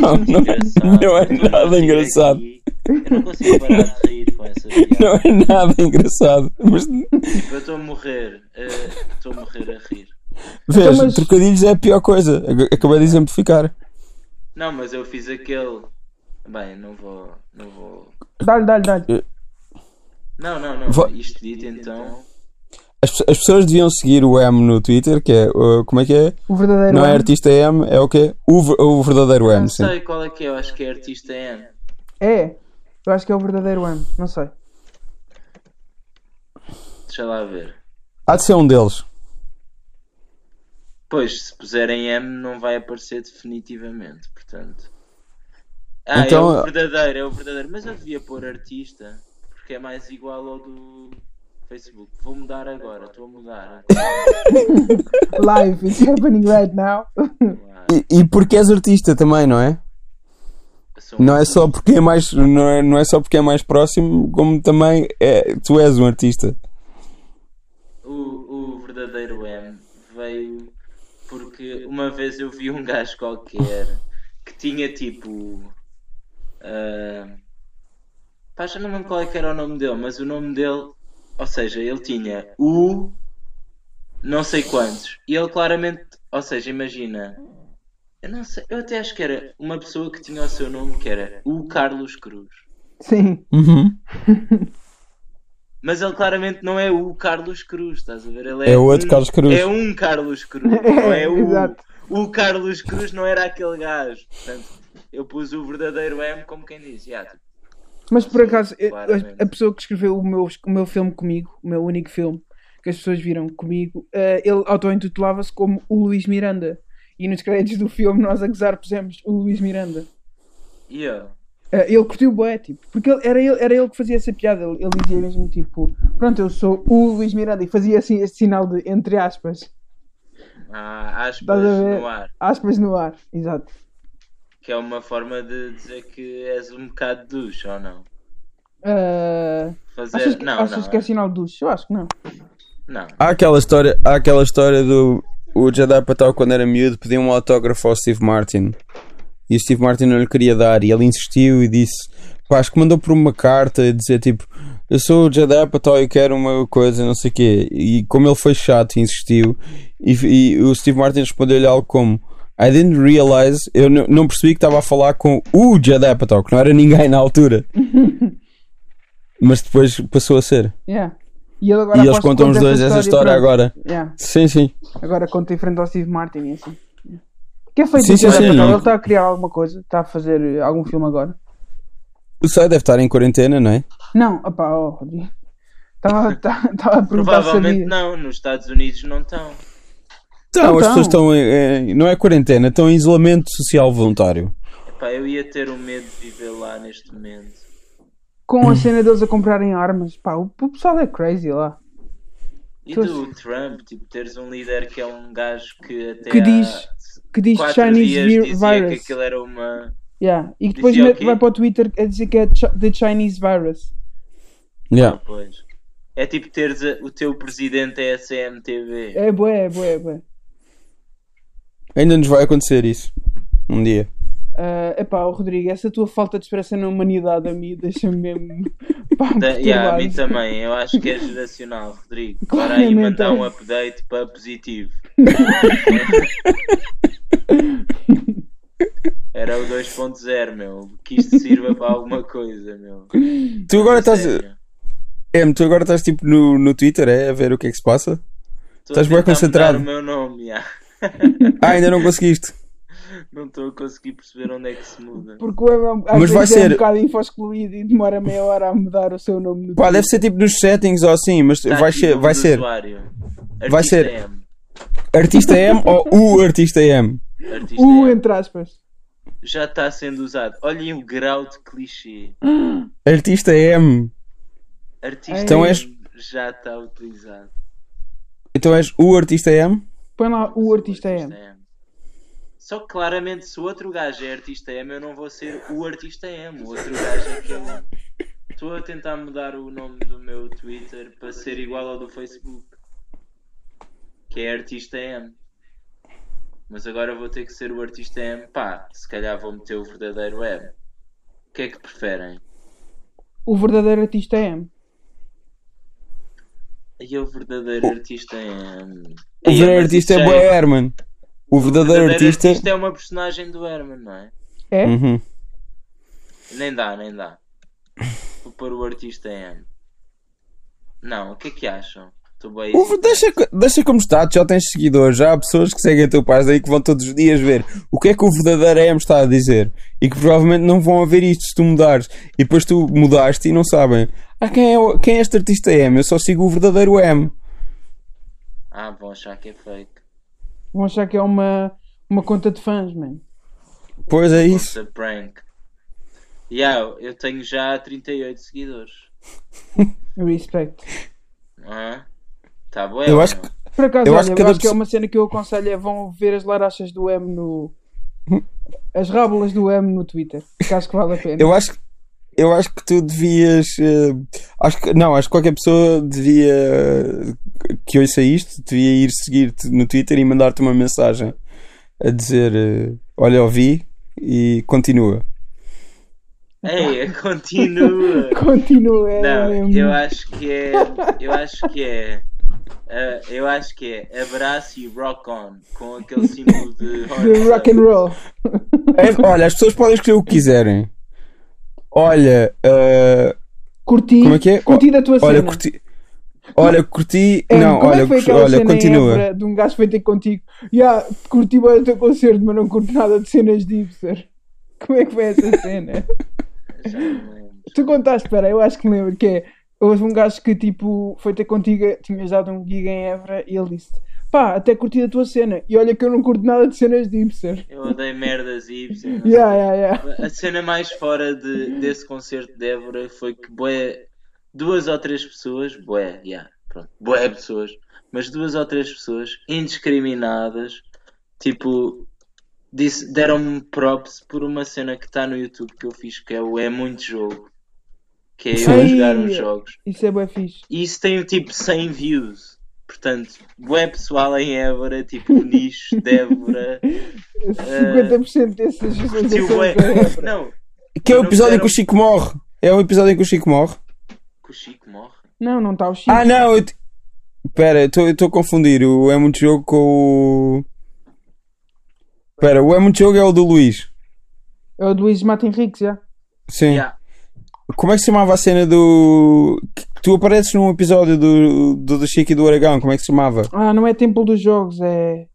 Speaker 4: Não, não,
Speaker 3: Engraçado.
Speaker 4: não é
Speaker 3: Eu não
Speaker 4: nada
Speaker 3: consigo
Speaker 4: engraçado.
Speaker 3: aqui- Eu não consigo parar de sair com essa piada.
Speaker 4: Não é nada engraçado. Mas
Speaker 3: Tipo, eu estou a morrer. eh, Estou a morrer a rir.
Speaker 4: Vês,
Speaker 2: mas-
Speaker 4: trocadilhos é a pior coisa. Ac- Acabei de exemplificar.
Speaker 3: Não, mas eu fiz aquele. Bem, não vou. Não vou.
Speaker 2: Dá-lhe, dá-lhe, dá-lhe.
Speaker 3: Não, não, não.
Speaker 4: Vou-
Speaker 3: Isto dito então.
Speaker 4: As, pe- as pessoas deviam seguir o M no Twitter, que é. uh, como é que é?
Speaker 2: O verdadeiro
Speaker 4: Não é
Speaker 2: homem.
Speaker 4: artista M, é o quê? O, ver- o verdadeiro
Speaker 3: Não
Speaker 4: M, sim.
Speaker 3: sei qual é que é, eu acho que é artista N.
Speaker 2: É. Eu acho que é o verdadeiro ano. Não sei.
Speaker 3: Deixa lá ver.
Speaker 4: Há de ser um deles.
Speaker 3: Pois, se puserem M não vai aparecer definitivamente, portanto. Ah,
Speaker 4: Então,
Speaker 3: é o verdadeiro, é o verdadeiro. Mas eu devia pôr artista, porque é mais igual ao do Facebook. Vou mudar agora, estou a mudar.
Speaker 2: Live, <laughs> it's happening right now. <laughs>
Speaker 3: agora.
Speaker 4: E, e porque és artista também, não é?
Speaker 3: Sou um-
Speaker 4: Não é só porque é mais, não é, não é só porque é mais próximo, como também é, tu és um artista.
Speaker 3: O, o verdadeiro M veio porque uma vez eu vi um gajo qualquer que tinha tipo. ah, pá, já não me lembro qual é que era o nome dele, mas o nome dele. Ou seja, ele tinha o. não sei quantos. E ele claramente. Ou seja, imagina. Eu não sei, eu até acho que era uma pessoa que tinha o seu nome que era o Carlos Cruz.
Speaker 2: Sim.
Speaker 4: Uhum.
Speaker 3: Mas ele claramente não é o Carlos Cruz, estás a ver? Ele
Speaker 4: É outro Carlos Cruz.
Speaker 3: É um Carlos Cruz,
Speaker 2: <laughs>
Speaker 3: não é o.
Speaker 2: Exato.
Speaker 3: O Carlos Cruz não era aquele gajo. Portanto, eu pus o verdadeiro M como quem diz. Yeah, tipo,
Speaker 2: Mas por acaso, eu-
Speaker 3: Claramente.
Speaker 2: a pessoa que escreveu o meu, o meu filme comigo, o meu único filme que as pessoas viram comigo, eh, ele auto-intitulava-se como o Luís Miranda. E nos créditos do filme nós a gozar pusemos o Luís Miranda.
Speaker 3: e eu?
Speaker 2: Eh, ele curtiu bué, tipo, porque ele, era, ele, era ele que fazia essa piada. Ele, ele dizia mesmo tipo, pronto, eu sou o Luís Miranda e fazia assim este sinal de entre aspas,
Speaker 3: Ah, aspas
Speaker 2: Estás a ver?
Speaker 3: no ar.
Speaker 2: aspas no ar, exato.
Speaker 3: Que é uma forma de dizer que és um bocado ducho ou não?
Speaker 2: Eh,
Speaker 3: Fazer.
Speaker 2: achas que,
Speaker 3: não,
Speaker 2: achas
Speaker 3: não.
Speaker 2: que tá é sinal de ducho? Eu acho que não.
Speaker 3: não.
Speaker 4: Há aquela história, há aquela história do o Jedi Patel quando era miúdo pediu um autógrafo ao Steve Martin e o Steve Martin não lhe queria dar e ele insistiu e disse pá, acho que mandou por uma carta a dizer tipo eu sou o Jedi Patel e quero uma coisa não sei o quê e como ele foi chato e insistiu e, e o Steve Martin respondeu-lhe algo como I didn't realize eu n- não percebi que estava a falar com o Jedi Patel que não era ninguém na altura mas depois passou a ser
Speaker 2: Yeah. E, ele agora
Speaker 4: e eles
Speaker 2: aposto que
Speaker 4: contam os
Speaker 2: conta
Speaker 4: dois essa história
Speaker 2: pronto.
Speaker 4: agora
Speaker 2: Yeah.
Speaker 4: Sim, sim.
Speaker 2: Agora conta em frente ao Steve Martin e assim. Que é feito
Speaker 4: Sim,
Speaker 2: isso, olha,
Speaker 4: sim, sim,
Speaker 2: por acaso,
Speaker 4: não.
Speaker 2: Ele está a criar alguma coisa, está a fazer eh, algum filme agora.
Speaker 4: O Sai deve estar em quarentena, não é?
Speaker 2: Não, opá, oh, Rodrigo.
Speaker 4: <laughs>
Speaker 2: Estava tá- estava a perguntar se
Speaker 3: Provavelmente
Speaker 2: havia.
Speaker 3: não. Nos Estados Unidos não estão.
Speaker 4: Então, as
Speaker 2: Então.
Speaker 4: pessoas estão em, em- Não é quarentena, estão em isolamento social voluntário.
Speaker 3: Epá, eu ia ter o medo de viver lá neste momento.
Speaker 2: Com a cena deles a comprarem armas, pá, o, o pessoal é crazy lá.
Speaker 3: E
Speaker 2: Pois.
Speaker 3: do Trump, tipo, teres um líder que é um gajo que até
Speaker 2: Que
Speaker 3: há
Speaker 2: diz- Que diz
Speaker 3: quatro
Speaker 2: Chinese
Speaker 3: dias
Speaker 2: vir-
Speaker 3: dizia que
Speaker 2: virus.
Speaker 3: aquilo era uma.
Speaker 2: Yeah. E que depois
Speaker 3: Dizia o
Speaker 2: mete-
Speaker 3: quê?
Speaker 2: vai para o Twitter a dizer que é chi- the Chinese virus.
Speaker 4: Yeah.
Speaker 3: Ah, Pois. É tipo teres a- o teu presidente é a CMTV.
Speaker 2: É bué, é bué, é bué.
Speaker 4: Ainda nos vai acontecer isso. Um dia.
Speaker 2: Ah, epá, ó, Rodrigo, essa tua falta de esperança na humanidade a mim <laughs> deixa-me mesmo pá,
Speaker 3: Da-
Speaker 2: perturbado.
Speaker 3: yeah, a mim também, eu
Speaker 2: <laughs>
Speaker 3: acho que é geracional, Rodrigo. Para aí
Speaker 2: Claramente
Speaker 3: mandar
Speaker 2: é.
Speaker 3: um update
Speaker 2: <laughs>
Speaker 3: para positivo. Era o 2.0, meu. Que isto sirva para alguma coisa, meu.
Speaker 4: Tu agora estás.
Speaker 3: Sério.
Speaker 4: Em, tu agora estás tipo no, no Twitter, é? A ver o que é que se passa?
Speaker 3: Estou
Speaker 4: Estás
Speaker 3: a
Speaker 4: bué
Speaker 3: tentar
Speaker 4: concentrado.
Speaker 3: mudar O meu nome, yeah.
Speaker 4: Ah, ainda não conseguiste.
Speaker 3: Não estou a conseguir perceber onde é que se muda.
Speaker 2: Porque o Emma às
Speaker 4: Mas vai
Speaker 2: vezes é
Speaker 4: ser-
Speaker 2: um bocado infoscluído e demora meia hora a mudar o seu nome no
Speaker 4: Pá, deve
Speaker 2: Twitter.
Speaker 4: ser tipo nos settings ou assim, mas
Speaker 3: Tá
Speaker 4: vai
Speaker 3: aqui,
Speaker 4: ser,
Speaker 3: nome
Speaker 4: vai
Speaker 3: do
Speaker 4: ser
Speaker 3: usuário.
Speaker 4: Vai
Speaker 3: Artista
Speaker 4: ser.
Speaker 3: M.
Speaker 4: artista M ou o artista M.
Speaker 3: Artista
Speaker 2: U
Speaker 3: M.
Speaker 2: entre aspas.
Speaker 3: Já está sendo usado. Olhem o grau de clichê.
Speaker 4: Artista M.
Speaker 3: Artista
Speaker 2: Então
Speaker 3: M
Speaker 4: és-
Speaker 3: já está utilizado.
Speaker 4: Então és o artista M?
Speaker 2: Põe lá
Speaker 3: é
Speaker 2: o artista M.
Speaker 3: M. Só que claramente, se o outro gajo é artista M, eu não vou ser o artista M. O outro gajo é aquele. Estou a tentar mudar o nome do meu Twitter para ser igual ao do Facebook, que é artista M. Mas agora vou ter que ser o artista M. Pá, se calhar vou meter o verdadeiro M. O que é que preferem?
Speaker 2: O verdadeiro artista M.
Speaker 3: E é o verdadeiro artista M.
Speaker 4: O verdadeiro artista é
Speaker 3: M.
Speaker 4: Boy Herman. O verdadeiro artista.
Speaker 3: é uma personagem do Herman, não é?
Speaker 2: É?
Speaker 4: Uhum.
Speaker 3: Nem dá, nem dá. Vou pôr o artista em M. Não, o que é que acham? Estou bem.
Speaker 4: O- deixa, co- deixa como está, tu já tens seguidores, já há pessoas que seguem o teu pai daí que vão todos os dias ver o que é que o verdadeiro M está a dizer e que provavelmente não vão ver isto se tu mudares e depois tu mudaste e não sabem. Ah, quem é, o- quem é este artista M? Eu só sigo o verdadeiro M.
Speaker 3: Ah, vão achar que é fake.
Speaker 2: Vão achar que é uma, uma conta de fãs, mano.
Speaker 4: Pois é isso.
Speaker 3: Conta prank. Yeah, eu tenho já 38 seguidores.
Speaker 2: Respect.
Speaker 3: Ah, tá bom.
Speaker 4: Eu acho que
Speaker 2: Por acaso,
Speaker 4: Eu
Speaker 2: olha,
Speaker 4: acho que
Speaker 2: eu
Speaker 4: cada
Speaker 2: acho que é
Speaker 4: pessoa-
Speaker 2: uma cena que eu aconselho é vão ver as larachas do M no. As rábulas do M no Twitter. Que acho que vale a pena.
Speaker 4: Eu acho que eu acho que tu devias. eh, acho que, não, acho que qualquer pessoa devia eh, que ouça isto, devia ir seguir-te no Twitter e mandar-te uma mensagem a dizer: eh, Olha, ouvi e continua.
Speaker 3: Ei, <laughs> continua.
Speaker 2: Continua, é
Speaker 3: Não,
Speaker 2: mesmo.
Speaker 3: eu acho que é. Eu acho que é. ah, eu acho que é abraço e rock on com aquele símbolo
Speaker 4: <laughs>
Speaker 3: de
Speaker 2: De
Speaker 3: horns
Speaker 2: rock
Speaker 3: up.
Speaker 2: and roll.
Speaker 4: É, olha, as pessoas podem escolher o que quiserem. Olha, eh,
Speaker 2: Curti,
Speaker 4: Como é que é?
Speaker 2: curti da tua
Speaker 4: olha,
Speaker 2: cena.
Speaker 4: curti. Olha, curti.
Speaker 2: É,
Speaker 4: não,
Speaker 2: como é
Speaker 4: olha,
Speaker 2: que foi
Speaker 4: curti-
Speaker 2: aquela
Speaker 4: olha,
Speaker 2: cena em
Speaker 4: continua.
Speaker 2: Évora de um gajo feito contigo. Yeah, curti bem o teu concerto, mas não curto nada de cenas de hipster. <laughs> Como é que foi essa cena?
Speaker 3: Já não lembro.
Speaker 2: tu contaste, espera, eu acho que me lembro que é. Houve um gajo que tipo foi ter contigo, tinhas dado um gig em Évora e ele disse pá, até curti a tua cena. E olha que eu não curto nada de cenas de hipster.
Speaker 3: Eu odeio merdas e Y.
Speaker 2: Yeah, yeah, yeah.
Speaker 3: A cena mais fora de- desse concerto de Évora foi que bué, duas ou três pessoas, bué, yeah, pronto, bué pessoas, mas duas ou três pessoas indiscriminadas, tipo, disse- deram-me props por uma cena que está no YouTube que eu fiz, que é o É Muito Jogo, que é eu a
Speaker 2: Sim.
Speaker 3: jogar uns jogos.
Speaker 2: Isso é bué fixe.
Speaker 3: E isso tem tipo 100 views. Portanto, bué pessoal em Évora, tipo nicho de
Speaker 2: <laughs>
Speaker 3: Évora.
Speaker 2: 50% dessas pessoas
Speaker 3: Eh, Curtiu
Speaker 2: são
Speaker 3: bué.
Speaker 2: de Évora.
Speaker 3: Não,
Speaker 4: Que é o
Speaker 3: Não
Speaker 4: episódio em que
Speaker 3: quero-
Speaker 4: o Chico morre. É o episódio em que o Chico morre.
Speaker 3: que o Chico morre.
Speaker 2: Não, não está o Chico.
Speaker 4: Ah, não, eu. Espera, eu estou a confundir. O É Muito Jogo com o. Espera, o É Muito Jogo é o do Luís.
Speaker 2: É o do Luís Mata Henriques, já.
Speaker 4: Sim.
Speaker 3: Yeah.
Speaker 4: Como é que se chamava a cena do. que Tu apareces num episódio do, do, do Chico e do Aragão, como é que se chamava?
Speaker 2: Ah, não é Templo dos Jogos, é.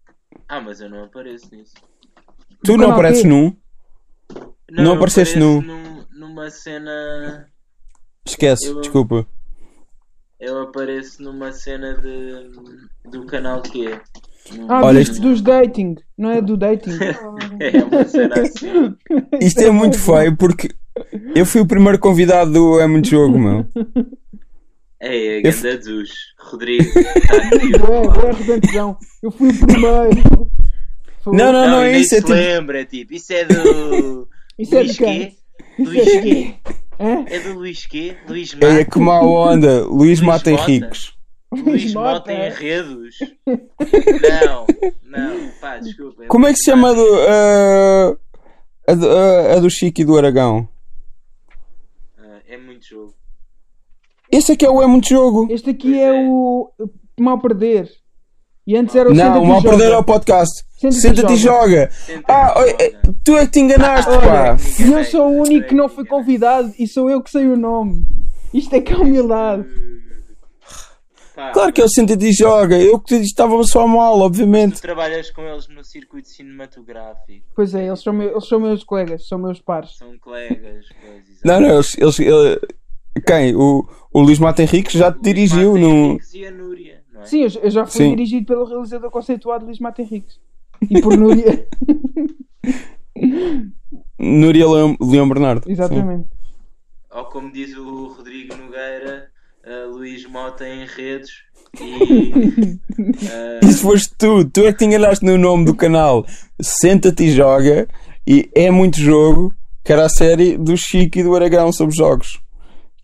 Speaker 3: Ah, mas eu não apareço nisso.
Speaker 4: Tu
Speaker 3: é
Speaker 4: não
Speaker 2: Canal
Speaker 4: apareces
Speaker 2: Q.
Speaker 4: num? Não
Speaker 3: eu
Speaker 4: apareceste
Speaker 3: apareço
Speaker 4: nu.
Speaker 3: num- numa cena.
Speaker 4: Esquece,
Speaker 3: Eu-
Speaker 4: desculpa.
Speaker 3: Eu apareço numa cena de, do canal Q.
Speaker 2: Ah,
Speaker 4: Olha,
Speaker 2: diz-te dos dating, não é do dating.
Speaker 3: É uma cena assim.
Speaker 4: <laughs> Isto é muito feio porque eu fui o primeiro convidado do É Muito
Speaker 3: <laughs>
Speaker 4: Jogo, meu.
Speaker 3: É, é
Speaker 4: Eu f-
Speaker 3: ganda dos. Rodrigo. tá aqui.
Speaker 2: Ué, ué, redentão. é Eu fui o primeiro. Foi-
Speaker 4: <laughs> Não, não, não,
Speaker 3: e
Speaker 4: é
Speaker 3: nem
Speaker 4: isso, é
Speaker 3: se
Speaker 4: tipo. <laughs>
Speaker 3: lembra, tipo. Isso é do.
Speaker 2: Isso é de
Speaker 3: Luís
Speaker 2: quem?
Speaker 3: Q.
Speaker 2: Isso
Speaker 3: Luís
Speaker 2: é de quem?
Speaker 3: Q. É do Luís quê? Luís Mata.
Speaker 4: É que má onda. Luís
Speaker 3: Luís
Speaker 4: mata em
Speaker 3: Mota.
Speaker 4: ricos.
Speaker 3: Luís Mota em
Speaker 4: <laughs>
Speaker 3: Enredos? não, não, pá, desculpa.
Speaker 4: Como é que se chama a do, ah, a, do- eh, a- a do Chico e do Aragão?
Speaker 3: Ah, é muito jogo.
Speaker 4: Esse aqui é o É Muito Jogo.
Speaker 2: Este aqui é o Mal Perder. E antes era o
Speaker 4: Não,
Speaker 2: Senta-te
Speaker 4: o
Speaker 2: e
Speaker 4: mal
Speaker 2: Joga.
Speaker 4: perder ao podcast.
Speaker 2: Senta-te e
Speaker 4: Senta-te e joga.
Speaker 3: Senta-te
Speaker 4: Ah,
Speaker 3: e
Speaker 4: oi, eh,
Speaker 3: joga.
Speaker 4: tu é que te enganaste,
Speaker 2: Ah,
Speaker 4: pá.
Speaker 2: E eu sou o único que não foi convidado e sou eu que sei o nome. Isto é que é humildade.
Speaker 3: Pá,
Speaker 4: Claro que é o Senta-te e joga. Eu que te disse, estava só mal,
Speaker 3: tu
Speaker 4: obviamente.
Speaker 3: trabalhas com eles no circuito cinematográfico.
Speaker 2: Pois é, eles são, meu- eles são meus colegas, são meus pares.
Speaker 3: São colegas, coisas.
Speaker 4: Não, não, eles. eles- ele- quem? O, o Luís Mata Henriques já te dirigiu num.
Speaker 3: E a Núria, não é?
Speaker 2: Sim, eu, eu já fui
Speaker 4: Sim.
Speaker 2: dirigido pelo realizador conceituado Luís Mata Henriques. E por Núria. <laughs>
Speaker 4: Núria Leão, Leão Bernardo. Sim.
Speaker 2: Exatamente.
Speaker 3: Ou como diz o Rodrigo Nogueira, ah, Luís Mota em Enredos e. ah,
Speaker 4: <laughs> Isso foste tu, tu é que te enganaste no nome do canal. Senta-te e joga. E é muito jogo, que era a série do Chico e do Aragão sobre jogos.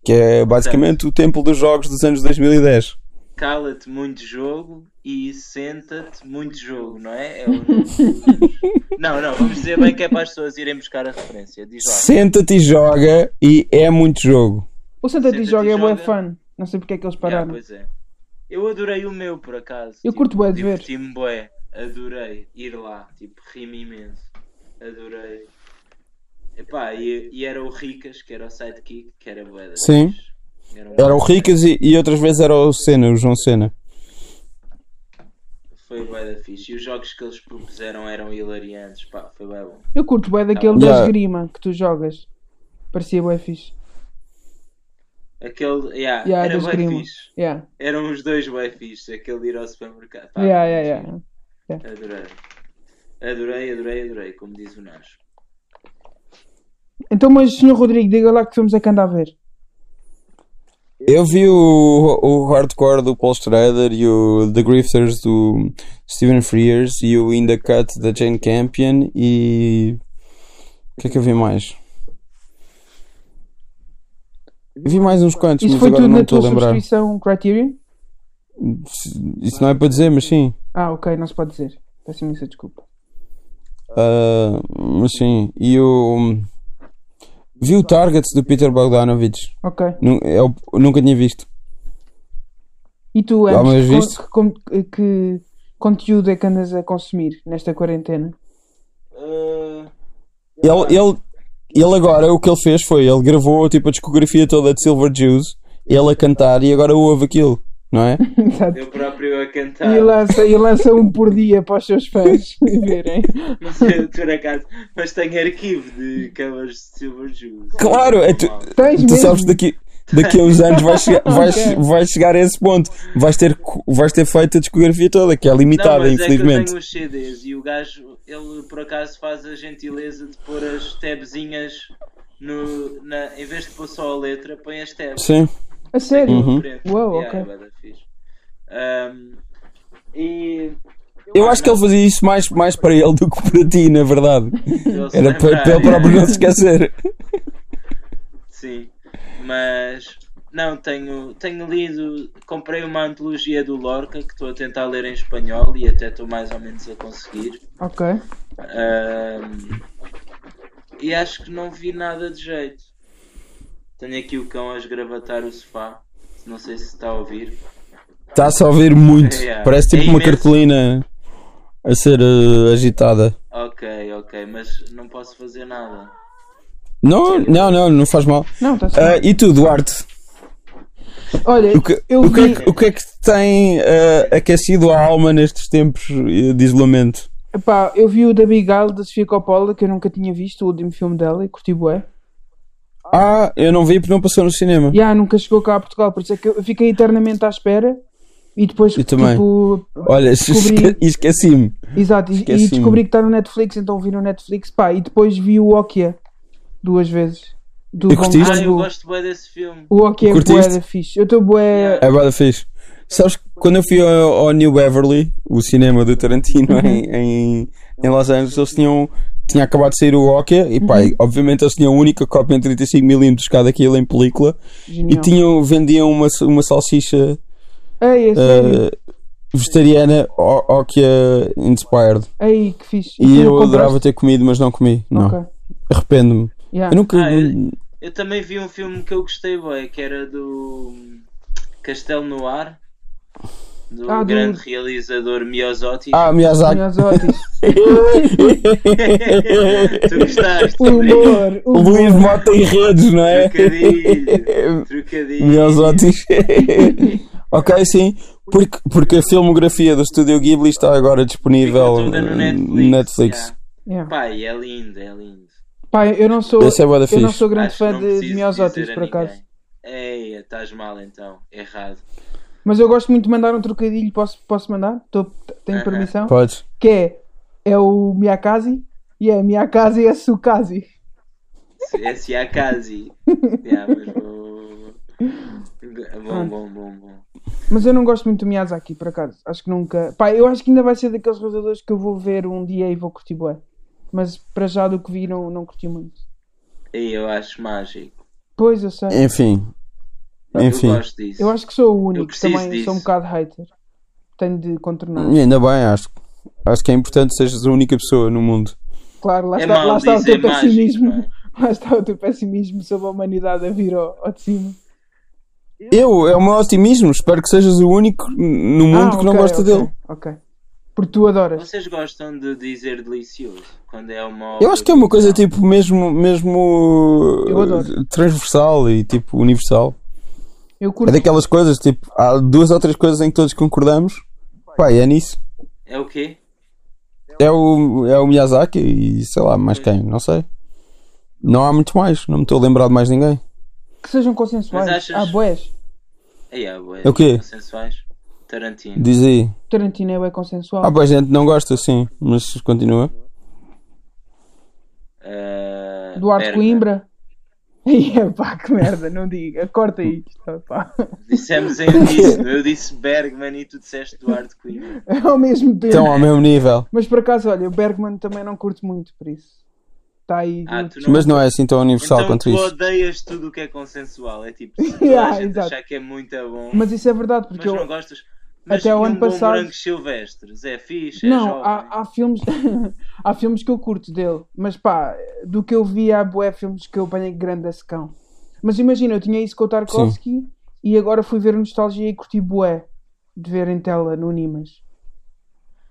Speaker 4: Que é basicamente o templo dos jogos dos anos 2010.
Speaker 3: Cala-te muito jogo e senta-te muito jogo, não é? É o nome do- Não, não, vamos dizer bem que é para as pessoas irem buscar a referência. Diz lá.
Speaker 4: Senta-te e joga e é muito jogo.
Speaker 2: O Santa
Speaker 3: Senta-te
Speaker 2: Diz
Speaker 3: e
Speaker 2: Joga é bué
Speaker 3: Joga.
Speaker 2: fã. Não sei porque é que eles
Speaker 3: Yeah,
Speaker 2: pararam.
Speaker 3: pois é. Eu adorei o meu, por acaso. Tipo,
Speaker 2: Eu curto bué de ver.
Speaker 3: Diverti-me bué. Adorei ir lá. Tipo, ri-me imenso. Adorei. Epá, e, e era o Ricas, que era o sidekick, que era bué da
Speaker 4: Sim.
Speaker 3: fixe. um-
Speaker 4: Era o Ricas e, e outras vezes era o Senna, o João Senna.
Speaker 3: Foi bué da fixe. E os jogos que eles propuseram eram hilariantes. Pá, foi bué bom.
Speaker 2: Eu curto bem daquele
Speaker 4: Yeah.
Speaker 2: da esgrima que tu jogas. Parecia bué fixe.
Speaker 3: Aquele, yeah,
Speaker 2: Yeah,
Speaker 3: era
Speaker 2: das
Speaker 3: bué
Speaker 2: grimas.
Speaker 3: fixe.
Speaker 2: Yeah.
Speaker 3: Eram os dois bué fixes. Aquele de ir ao supermercado. Pá,
Speaker 2: Yeah,
Speaker 3: foi
Speaker 2: yeah,
Speaker 3: muito
Speaker 2: yeah.
Speaker 3: giro. Adorei. Adorei, adorei, adorei, como diz o Nash.
Speaker 2: Então, mas, Sr. Rodrigo, diga lá que filmes é que anda a ver.
Speaker 4: Eu vi o, o hardcore do Paul Strader e o The Grifters do Steven Frears e o In the Cut da Jane Campion e. O que é que eu vi mais? Vi mais uns quantos,
Speaker 2: Isso
Speaker 4: mas
Speaker 2: foi
Speaker 4: agora
Speaker 2: tudo
Speaker 4: não
Speaker 2: na
Speaker 4: estou
Speaker 2: tua
Speaker 4: a lembrar.
Speaker 2: subscrição Criterion?
Speaker 4: Isso não é para dizer, mas sim.
Speaker 2: Ah, ok, não se pode dizer. Peço imensa desculpa.
Speaker 4: Ah, mas sim. E o. Vi o Targets do Peter Bogdanovich.
Speaker 2: Ok.
Speaker 4: Nu- Eu nunca tinha visto.
Speaker 2: E tu,
Speaker 4: Ah, mas
Speaker 2: antes, que,
Speaker 4: viste?
Speaker 2: con- que, que conteúdo é que andas a consumir nesta quarentena? <laughs>
Speaker 3: Ah,
Speaker 4: Ele, ele, ele agora, o que ele fez foi, ele gravou tipo a discografia toda de Silver Jews, ele a cantar e agora ouve aquilo, não é?
Speaker 2: Exato.
Speaker 3: eu próprio a cantar.
Speaker 2: E lança, e lança um por dia para os seus fãs <laughs> verem.
Speaker 3: Não sei, <laughs> por acaso, mas tenho arquivo de covers de Silver Jews.
Speaker 4: Claro, é tu-
Speaker 2: Tens
Speaker 4: Tu
Speaker 2: mesmo?
Speaker 4: sabes que daqui, daqui a uns anos vai, chegar,
Speaker 2: <laughs>
Speaker 4: vai,
Speaker 2: Ok.
Speaker 4: vai chegar a esse ponto, vais ter, cu- vais ter feito a discografia toda, que é
Speaker 3: Não,
Speaker 4: limitada,
Speaker 3: mas é que eu
Speaker 4: infelizmente.
Speaker 3: tenho os CDs e o gajo, ele por acaso faz a gentileza de pôr as tabzinhas no, na, em vez de pôr só a letra, põe as tabs.
Speaker 4: Sim,
Speaker 2: A sério?
Speaker 4: Uhum.
Speaker 3: Aprende.
Speaker 2: Uau,
Speaker 3: Yeah,
Speaker 2: ok.
Speaker 3: é bué da fixe. Ahm, e
Speaker 4: eu acho que ele fazia isso mais, mais para ele do que para ti, na verdade.
Speaker 3: ele se
Speaker 4: Era para,
Speaker 3: lembrar,
Speaker 4: para ele
Speaker 3: yeah.
Speaker 4: próprio não se esquecer.
Speaker 3: Sim, mas não tenho, tenho lido, comprei uma antologia do Lorca que estou a tentar ler em espanhol e até estou mais ou menos a conseguir.
Speaker 2: Ok.
Speaker 3: Ahm, e acho que não vi nada de jeito. Tenho aqui o cão a esgravatar o sofá. Não sei se está a ouvir.
Speaker 4: Está-se a ouvir muito,
Speaker 3: Yeah.
Speaker 4: parece tipo
Speaker 3: É
Speaker 4: uma
Speaker 3: imenso.
Speaker 4: cartolina a ser eh, agitada.
Speaker 3: Ok, ok, mas não posso fazer nada.
Speaker 4: Não, não, não, não faz mal.
Speaker 2: Não, está certo.
Speaker 4: Ah, e tu, Duarte?
Speaker 2: Olha,
Speaker 4: O que,
Speaker 2: eu
Speaker 4: o que,
Speaker 2: vi...
Speaker 4: é, que, o que é que te tem ah, aquecido a alma nestes tempos eh, de isolamento?
Speaker 2: Epá, eu vi o da Bigal da Sofia Coppola, que eu nunca tinha visto, o último filme dela, e curti bué.
Speaker 4: Ah, eu não vi porque não passou no cinema.
Speaker 2: Já, nunca chegou cá a Portugal, por isso é que eu fiquei eternamente à espera. E depois,
Speaker 4: Eu também.
Speaker 2: tipo...
Speaker 4: Olha, <laughs> esque-
Speaker 2: Descobri-
Speaker 4: esqueci-me.
Speaker 2: Exato, e, e
Speaker 4: Esqueci-me.
Speaker 2: descobri que está no Netflix, então vi no Netflix, pá, e depois vi o Okia duas vezes. Do
Speaker 4: E
Speaker 2: Bong
Speaker 4: curtiste?
Speaker 3: Ah, eu
Speaker 2: Joon-ho.
Speaker 3: gosto bem desse filme.
Speaker 2: O Okia é bué
Speaker 4: Curtiste?
Speaker 2: da fixe. Eu estou bué...
Speaker 3: Yeah.
Speaker 4: É bada fixe. Sabes, que quando eu fui ao, ao New Beverly, o cinema do Tarantino em, em, em Los Angeles, eles tinham tinha acabado de sair o Nokia e pá, e obviamente eles tinham a única cópia em 35mm cada aquilo em película e
Speaker 2: Genial.
Speaker 4: tinham, vendiam uma, uma salsicha
Speaker 2: Ei, é sério.
Speaker 4: eh, vegetariana O- Nokia é Inspired.
Speaker 2: Ei, que fixe. tu
Speaker 4: E eu
Speaker 2: Uhum. compraste?
Speaker 4: adorava ter comido, mas não comi. Não.
Speaker 2: Ok.
Speaker 4: Arrependo-me.
Speaker 2: Yeah.
Speaker 4: Eu nunca.
Speaker 3: Ah, eu- Eu também vi um filme que eu gostei, boy, que era do Castelo no Ar, do
Speaker 2: Ah, do-
Speaker 3: grande realizador Miyazaki.
Speaker 4: Ah, Miyazaki.
Speaker 2: Miyazaki.
Speaker 3: <laughs> tu gostaste?
Speaker 2: Humor,
Speaker 4: <laughs>
Speaker 2: humor.
Speaker 4: Luís Mota e Redes, não é? <laughs>
Speaker 3: Trocadilho. um Trocadilho.
Speaker 4: Miyazaki. <laughs> ok, sim. Porque, porque a filmografia do Estúdio Ghibli está agora disponível
Speaker 3: Fica toda no
Speaker 4: eh,
Speaker 3: Netflix.
Speaker 4: Netflix.
Speaker 3: yeah.
Speaker 2: Yeah.
Speaker 3: Pai, é lindo, é lindo.
Speaker 2: Pá, eu não sou,
Speaker 4: Esse é bué da
Speaker 2: eu não
Speaker 4: fixe.
Speaker 2: sou grande
Speaker 3: Acho que
Speaker 2: fã
Speaker 3: não
Speaker 2: de, de
Speaker 3: preciso
Speaker 2: Miyazaki,
Speaker 3: dizer a
Speaker 2: por acaso.
Speaker 3: ninguém. Ei, estás mal então. Errado.
Speaker 2: Mas eu gosto muito de mandar um trocadilho, posso, posso mandar? Tô, t- tenho
Speaker 3: Aham.
Speaker 2: permissão?
Speaker 4: Podes.
Speaker 2: Que é, é o Miyakazi e é Miyakazi é Sukazi.
Speaker 3: É se
Speaker 2: <laughs>
Speaker 3: há casi. yeah, mas vou... Bom, bom, bom, bom.
Speaker 2: Mas eu não gosto muito do Miyazaki, por acaso. Acho que nunca. Pá, eu acho que ainda vai ser daqueles realizadores que eu vou ver um dia e vou curtir bué. Mas para já do que vi, não, não curti muito.
Speaker 3: Ei, eu acho mágico.
Speaker 2: Pois, eu sei.
Speaker 4: Enfim.
Speaker 3: Eu
Speaker 4: Enfim.
Speaker 3: gosto disso.
Speaker 2: Eu acho que sou o único,
Speaker 3: preciso
Speaker 2: também
Speaker 3: disso.
Speaker 2: sou um bocado hater. Tenho de contornar.
Speaker 4: E ainda bem, acho. Acho que é importante que sejas a única pessoa no mundo.
Speaker 2: Claro, lá
Speaker 3: É
Speaker 2: está, lá
Speaker 3: mau
Speaker 2: está o
Speaker 3: dizer
Speaker 2: teu
Speaker 3: mágico. é?
Speaker 2: pessimismo.
Speaker 3: pá.
Speaker 2: <laughs> Lá está o teu tipo pessimismo sobre a humanidade a vir ao, ao de cima.
Speaker 4: Eu, é o meu otimismo. Espero que sejas o único no mundo
Speaker 2: Ah,
Speaker 4: que não
Speaker 2: ok,
Speaker 4: gosta
Speaker 2: ok,
Speaker 4: dele.
Speaker 2: Ok. Porque tu adoras.
Speaker 3: Vocês gostam de dizer delicioso? Quando é uma.
Speaker 4: Eu acho que é uma coisa
Speaker 3: original?
Speaker 4: tipo mesmo, mesmo
Speaker 2: Eu adoro.
Speaker 4: transversal e tipo universal.
Speaker 2: Eu
Speaker 4: É
Speaker 2: curto.
Speaker 4: daquelas coisas, tipo, há duas ou três coisas em que todos concordamos. Pá, e é nisso.
Speaker 3: É o quê?
Speaker 4: É o, é o Miyazaki e sei lá, mais quem, não sei. Não há muito mais, não me estou a lembrar de mais ninguém. é
Speaker 2: Que sejam consensuais.
Speaker 3: Mas achas-
Speaker 2: Ah, boés.
Speaker 3: Ei, ah, bué,
Speaker 4: É o quê?
Speaker 3: Sensuais. Tarantino.
Speaker 4: Diz aí.
Speaker 2: Tarantino é bué consensual.
Speaker 4: Ah, pá, gente não gosta, sim, mas continua.
Speaker 3: Ah,
Speaker 2: Duarte
Speaker 3: Bergman.
Speaker 2: Coimbra. <laughs> Ia pá, que merda, não diga. Corta isto. é Pá. <laughs>
Speaker 3: Dissemos em disso. Eu disse Bergman e tu disseste
Speaker 2: <laughs>
Speaker 3: Duarte Coimbra.
Speaker 2: É ao mesmo tempo.
Speaker 4: Estão ao mesmo nível,
Speaker 2: Mas por acaso, olha, o Bergman também não curto muito, por isso. Está aí.
Speaker 3: Ah, tu não.
Speaker 4: mas não é assim tão universal
Speaker 3: então
Speaker 4: quanto
Speaker 3: tu
Speaker 4: isso.
Speaker 3: odeias tudo o que é consensual. É
Speaker 2: <laughs>
Speaker 3: tipo, se
Speaker 2: Yeah,
Speaker 3: toda a gente
Speaker 2: exato.
Speaker 3: achar que é muito bom, mas,
Speaker 2: Mas isso é verdade, porque eu.
Speaker 3: não gostas. Mas
Speaker 2: até
Speaker 3: e
Speaker 2: ao
Speaker 3: um
Speaker 2: ano
Speaker 3: bom
Speaker 2: passado-
Speaker 3: Branco Silvestre, Zé Fixe, é
Speaker 2: Não,
Speaker 3: jovem.
Speaker 2: há, há filmes <laughs> há filmes que eu curto dele, mas pá, do que eu vi há bué filmes que eu apanhei grande a secão. Mas imagina, eu tinha isso com o Tarkovsky e agora fui ver o Nostalgia e curti bué de ver em tela no Nimas.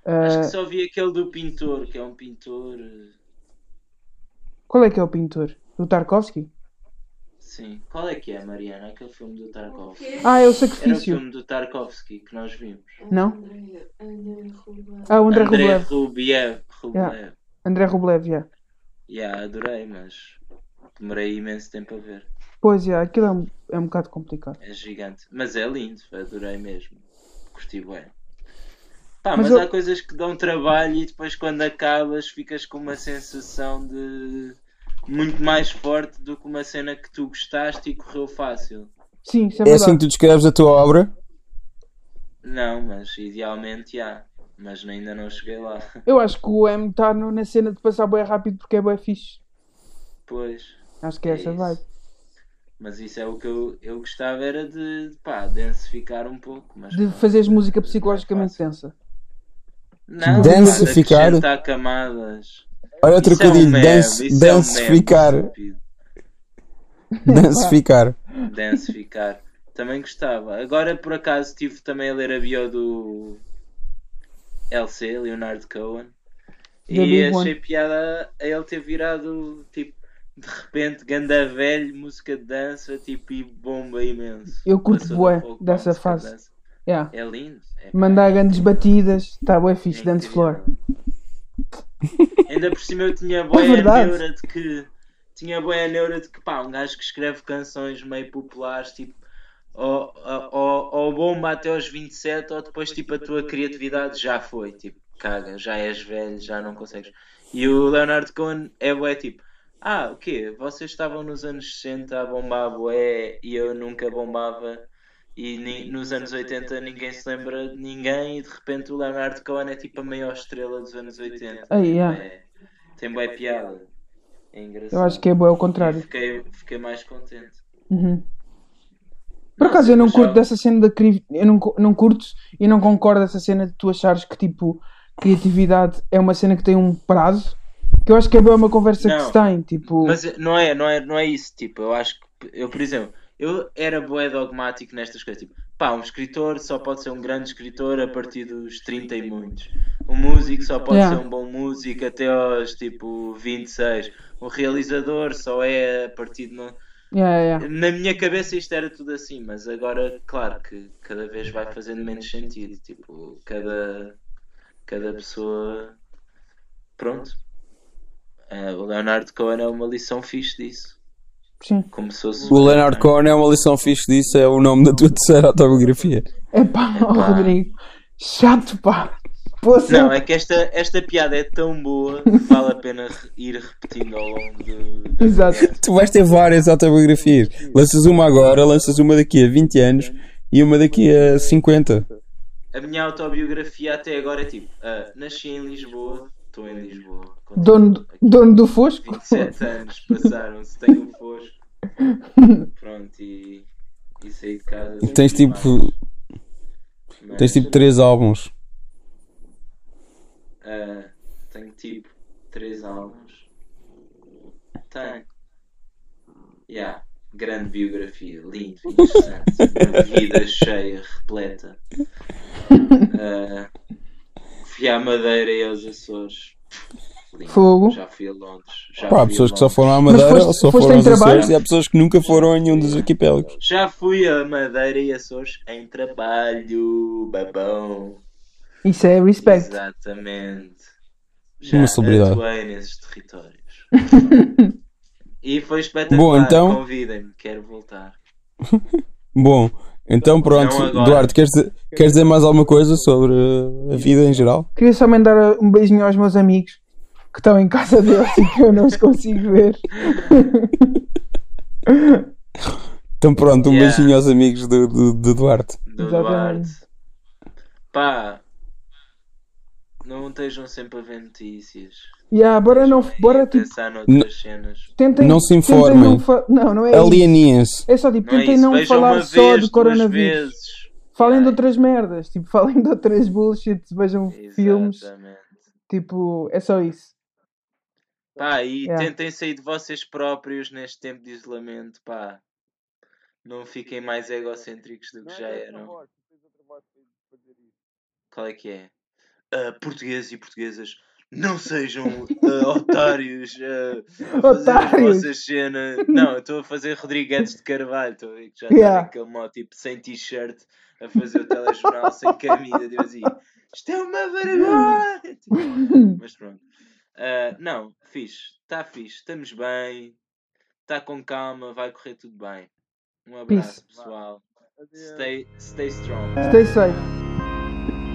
Speaker 3: Acho
Speaker 2: Ah,
Speaker 3: que só vi aquele do pintor, que é um pintor. eh,
Speaker 2: Qual é que é o pintor? O Tarkovsky?
Speaker 3: Sim. Qual é que é, Mariana? Aquele filme do Tarkovsky.
Speaker 2: Ah, é o
Speaker 3: Era o
Speaker 2: Sacrifício.
Speaker 3: filme do Tarkovsky que nós vimos.
Speaker 2: Não?
Speaker 5: André, André Ruba.
Speaker 2: Ah, o André
Speaker 3: André
Speaker 2: Rublev.
Speaker 3: Rubiev. Rublev.
Speaker 2: Yeah. André Rublev, yeah.
Speaker 3: Yeah, adorei, mas demorei imenso tempo a ver.
Speaker 2: Pois, yeah, aquilo é um, é um bocado complicado.
Speaker 3: É gigante. Mas é lindo, adorei mesmo. Curti bem. Pá,
Speaker 2: Mas
Speaker 3: mas,
Speaker 2: eu-
Speaker 3: há coisas que dão trabalho e depois quando acabas ficas com uma sensação de muito mais forte do que uma cena que tu gostaste e correu fácil.
Speaker 2: Sim, isso é
Speaker 4: É
Speaker 2: verdade.
Speaker 4: assim que tu descreves a tua obra?
Speaker 3: Não, mas idealmente há. Mas ainda não cheguei lá.
Speaker 2: Eu acho que o M está na cena de passar bué rápido porque é bué fixe.
Speaker 3: Pois.
Speaker 2: Acho que é,
Speaker 3: É
Speaker 2: essa
Speaker 3: isso.
Speaker 2: vibe.
Speaker 3: Mas isso é o que eu, eu gostava era de pá, densificar um pouco. Mas
Speaker 2: De
Speaker 3: pronto,
Speaker 2: fazeres música
Speaker 3: não é
Speaker 2: psicologicamente
Speaker 3: fácil.
Speaker 2: densa.
Speaker 3: Não,
Speaker 4: Densificar?
Speaker 3: pá, de acrescentar camadas.
Speaker 4: Olha o
Speaker 3: Isso é um
Speaker 4: trocadilho,
Speaker 3: meme,
Speaker 4: dance,
Speaker 3: isso é um meme,
Speaker 4: danceficar.
Speaker 3: estúpido.
Speaker 4: Danceficar.
Speaker 3: Densificar. Também gostava. Agora, por acaso, estive também a ler a bio do LC, Leonardo Cohen.
Speaker 2: The
Speaker 3: E
Speaker 2: Big
Speaker 3: achei
Speaker 2: One.
Speaker 3: piada a ele ter virado, tipo, de repente, ganda velho, música de dança, tipo, e bomba imenso.
Speaker 2: Eu curto
Speaker 3: Passou
Speaker 2: bué
Speaker 3: de pouco para
Speaker 2: dessa
Speaker 3: música de
Speaker 2: fase.
Speaker 3: dança.
Speaker 2: Yeah.
Speaker 3: É lindo. É
Speaker 2: Mandar grandes batidas. Tá bué
Speaker 3: É
Speaker 2: fixe,
Speaker 3: incrível.
Speaker 2: dance floor.
Speaker 3: Ainda por cima
Speaker 2: <laughs>
Speaker 3: eu tinha boa a
Speaker 2: É verdade.
Speaker 3: neura de que. Tinha boa a neura de que, pá, um gajo que escreve canções meio populares, tipo. Ou, ou, ou bomba até aos 27, ou depois, tipo, a tua criatividade já foi. Tipo, caga, já és velho, já não consegues. E o Leonardo Cohen é boé, tipo. Ah, o quê? Vocês estavam nos anos 60 a bombar boé e eu nunca bombava. E ni- nos anos 80 ninguém se lembra de ninguém e de repente o Leonardo Cohen é tipo a maior estrela dos anos 80.
Speaker 2: Ah, yeah.
Speaker 3: é, tem boa piada. É engraçado.
Speaker 2: Eu acho que é bom, é o contrário.
Speaker 3: Fiquei, fiquei mais contente.
Speaker 2: Uhum. Por acaso eu não curto dessa cena da cri... eu não, cu- não curto e não concordo dessa cena de tu achares que tipo criatividade é uma cena que tem um prazo que eu acho que é bem uma conversa que
Speaker 3: Não.
Speaker 2: se tem tipo
Speaker 3: Mas não é, não é, não é isso, tipo, eu acho que, eu, por exemplo, eu era bué dogmático nestas coisas, tipo, pá, um escritor só pode ser um grande escritor a partir dos 30 e muitos. Um músico só pode
Speaker 2: Yeah.
Speaker 3: ser um bom músico até aos, tipo, 26. Um realizador só é a partir de... não-
Speaker 2: Yeah, yeah, yeah.
Speaker 3: Na minha cabeça isto era tudo assim, mas agora, claro, que cada vez vai fazendo menos sentido, tipo, cada, cada pessoa... Pronto. Ah, o Leonardo Cohen é uma lição fixe disso
Speaker 2: sim
Speaker 3: como se fosse
Speaker 4: O Leonard Cohen é uma lição fixe disso, é o nome da tua terceira autobiografia.
Speaker 2: é <laughs> pá
Speaker 3: Epá.
Speaker 2: Rodrigo chato pá Poça.
Speaker 3: Não, é que esta, esta piada é tão boa que vale a pena re- ir repetindo ao longo do. da
Speaker 2: <laughs> Exato.
Speaker 3: conversa.
Speaker 4: Tu vais ter várias autobiografias. Lanças uma agora, lanças uma daqui a 20 anos e uma daqui a 50.
Speaker 3: A minha autobiografia até agora é tipo: ah, nasci em Lisboa, estou em Lisboa. Continuo
Speaker 2: dono
Speaker 3: aqui.
Speaker 2: dono do fosco
Speaker 3: 27 anos passaram-se, tenho um fosco. Pronto, e, e saí de casa. sem
Speaker 4: Tens
Speaker 3: filmar.
Speaker 4: tipo,
Speaker 3: Mas,
Speaker 4: tens tipo 3 álbuns.
Speaker 3: ah, tenho tipo 3 álbuns. Tenho. Yeah. Grande biografia, lindo, interessante, uma vida cheia, repleta. Ah, fui à Madeira e aos Açores. Lindo.
Speaker 2: Fogo.
Speaker 3: Já fui a Londres. Já
Speaker 4: Pá, há
Speaker 3: fui
Speaker 4: pessoas
Speaker 3: a
Speaker 4: que só
Speaker 3: Londres.
Speaker 4: foram à Madeira
Speaker 2: foste-
Speaker 4: ou só
Speaker 2: foste
Speaker 4: foram
Speaker 2: em
Speaker 4: aos
Speaker 2: trabalho?
Speaker 4: Açores e há pessoas que nunca foram a nenhum dos arquipélagos.
Speaker 3: Já fui a Madeira e Açores em trabalho, babão.
Speaker 2: isso é respect
Speaker 3: Exatamente. Já
Speaker 4: Uma celebridade.
Speaker 3: atuei nesses
Speaker 2: <laughs>
Speaker 3: territórios. e foi espetacular.
Speaker 4: Bom, então-
Speaker 3: Convidem-me, quero voltar.
Speaker 4: Bom, então pronto,
Speaker 3: Então agora-
Speaker 4: Duarte, queres, dizer- queres dizer mais alguma coisa sobre uh, a vida em geral?
Speaker 2: queria só mandar um beijinho aos meus amigos que estão em casa deles e que eu não os consigo ver
Speaker 4: Então pronto, um
Speaker 3: Yeah.
Speaker 4: beijinho aos amigos do, do, do Duarte.
Speaker 3: Do
Speaker 2: Exatamente.
Speaker 3: Duarte. Pá, não estejam sempre a ver notícias.
Speaker 2: yeah, ah, bora não
Speaker 3: Estejam aí a
Speaker 2: bora tipo
Speaker 3: pensar noutras cenas.
Speaker 2: tentem
Speaker 4: Não se
Speaker 2: tentem
Speaker 4: informem.
Speaker 2: não fa- não, não é isso.
Speaker 4: Alienem-se.
Speaker 2: É só tipo,
Speaker 3: Não é
Speaker 2: tentem
Speaker 3: isso.
Speaker 2: não
Speaker 3: Vejam
Speaker 2: falar
Speaker 3: uma
Speaker 2: só
Speaker 3: vez,
Speaker 2: de
Speaker 3: duas
Speaker 2: coronavírus.
Speaker 3: vezes. É.
Speaker 2: Falem de
Speaker 3: Yeah.
Speaker 2: outras merdas, tipo, <laughs> falem de outras bullshits, vejam filmes,
Speaker 3: Exatamente.
Speaker 2: tipo, é só isso.
Speaker 3: Pá, e
Speaker 2: Yeah.
Speaker 3: tentem sair de vocês próprios neste tempo de isolamento, pá. Não fiquem mais egocêntricos do que já eram. Qual é que é? Ah, portugueses e portuguesas, não sejam ah, otários ah, a fazer as
Speaker 2: Otários.
Speaker 3: vossas cenas. Não, eu estou a fazer Rodrigues de Carvalho, estou a ver que já
Speaker 2: Yeah.
Speaker 3: está aquele mó tipo sem t-shirt a fazer o telejornal sem camisa. Deus assim, isto é
Speaker 2: <laughs>
Speaker 3: uma vergonha! Tipo, Mas pronto. Ah, não, fixe, está fixe, estamos bem, está com calma, vai correr tudo bem. Um abraço, pessoal. Stay, stay strong.
Speaker 2: Stay safe.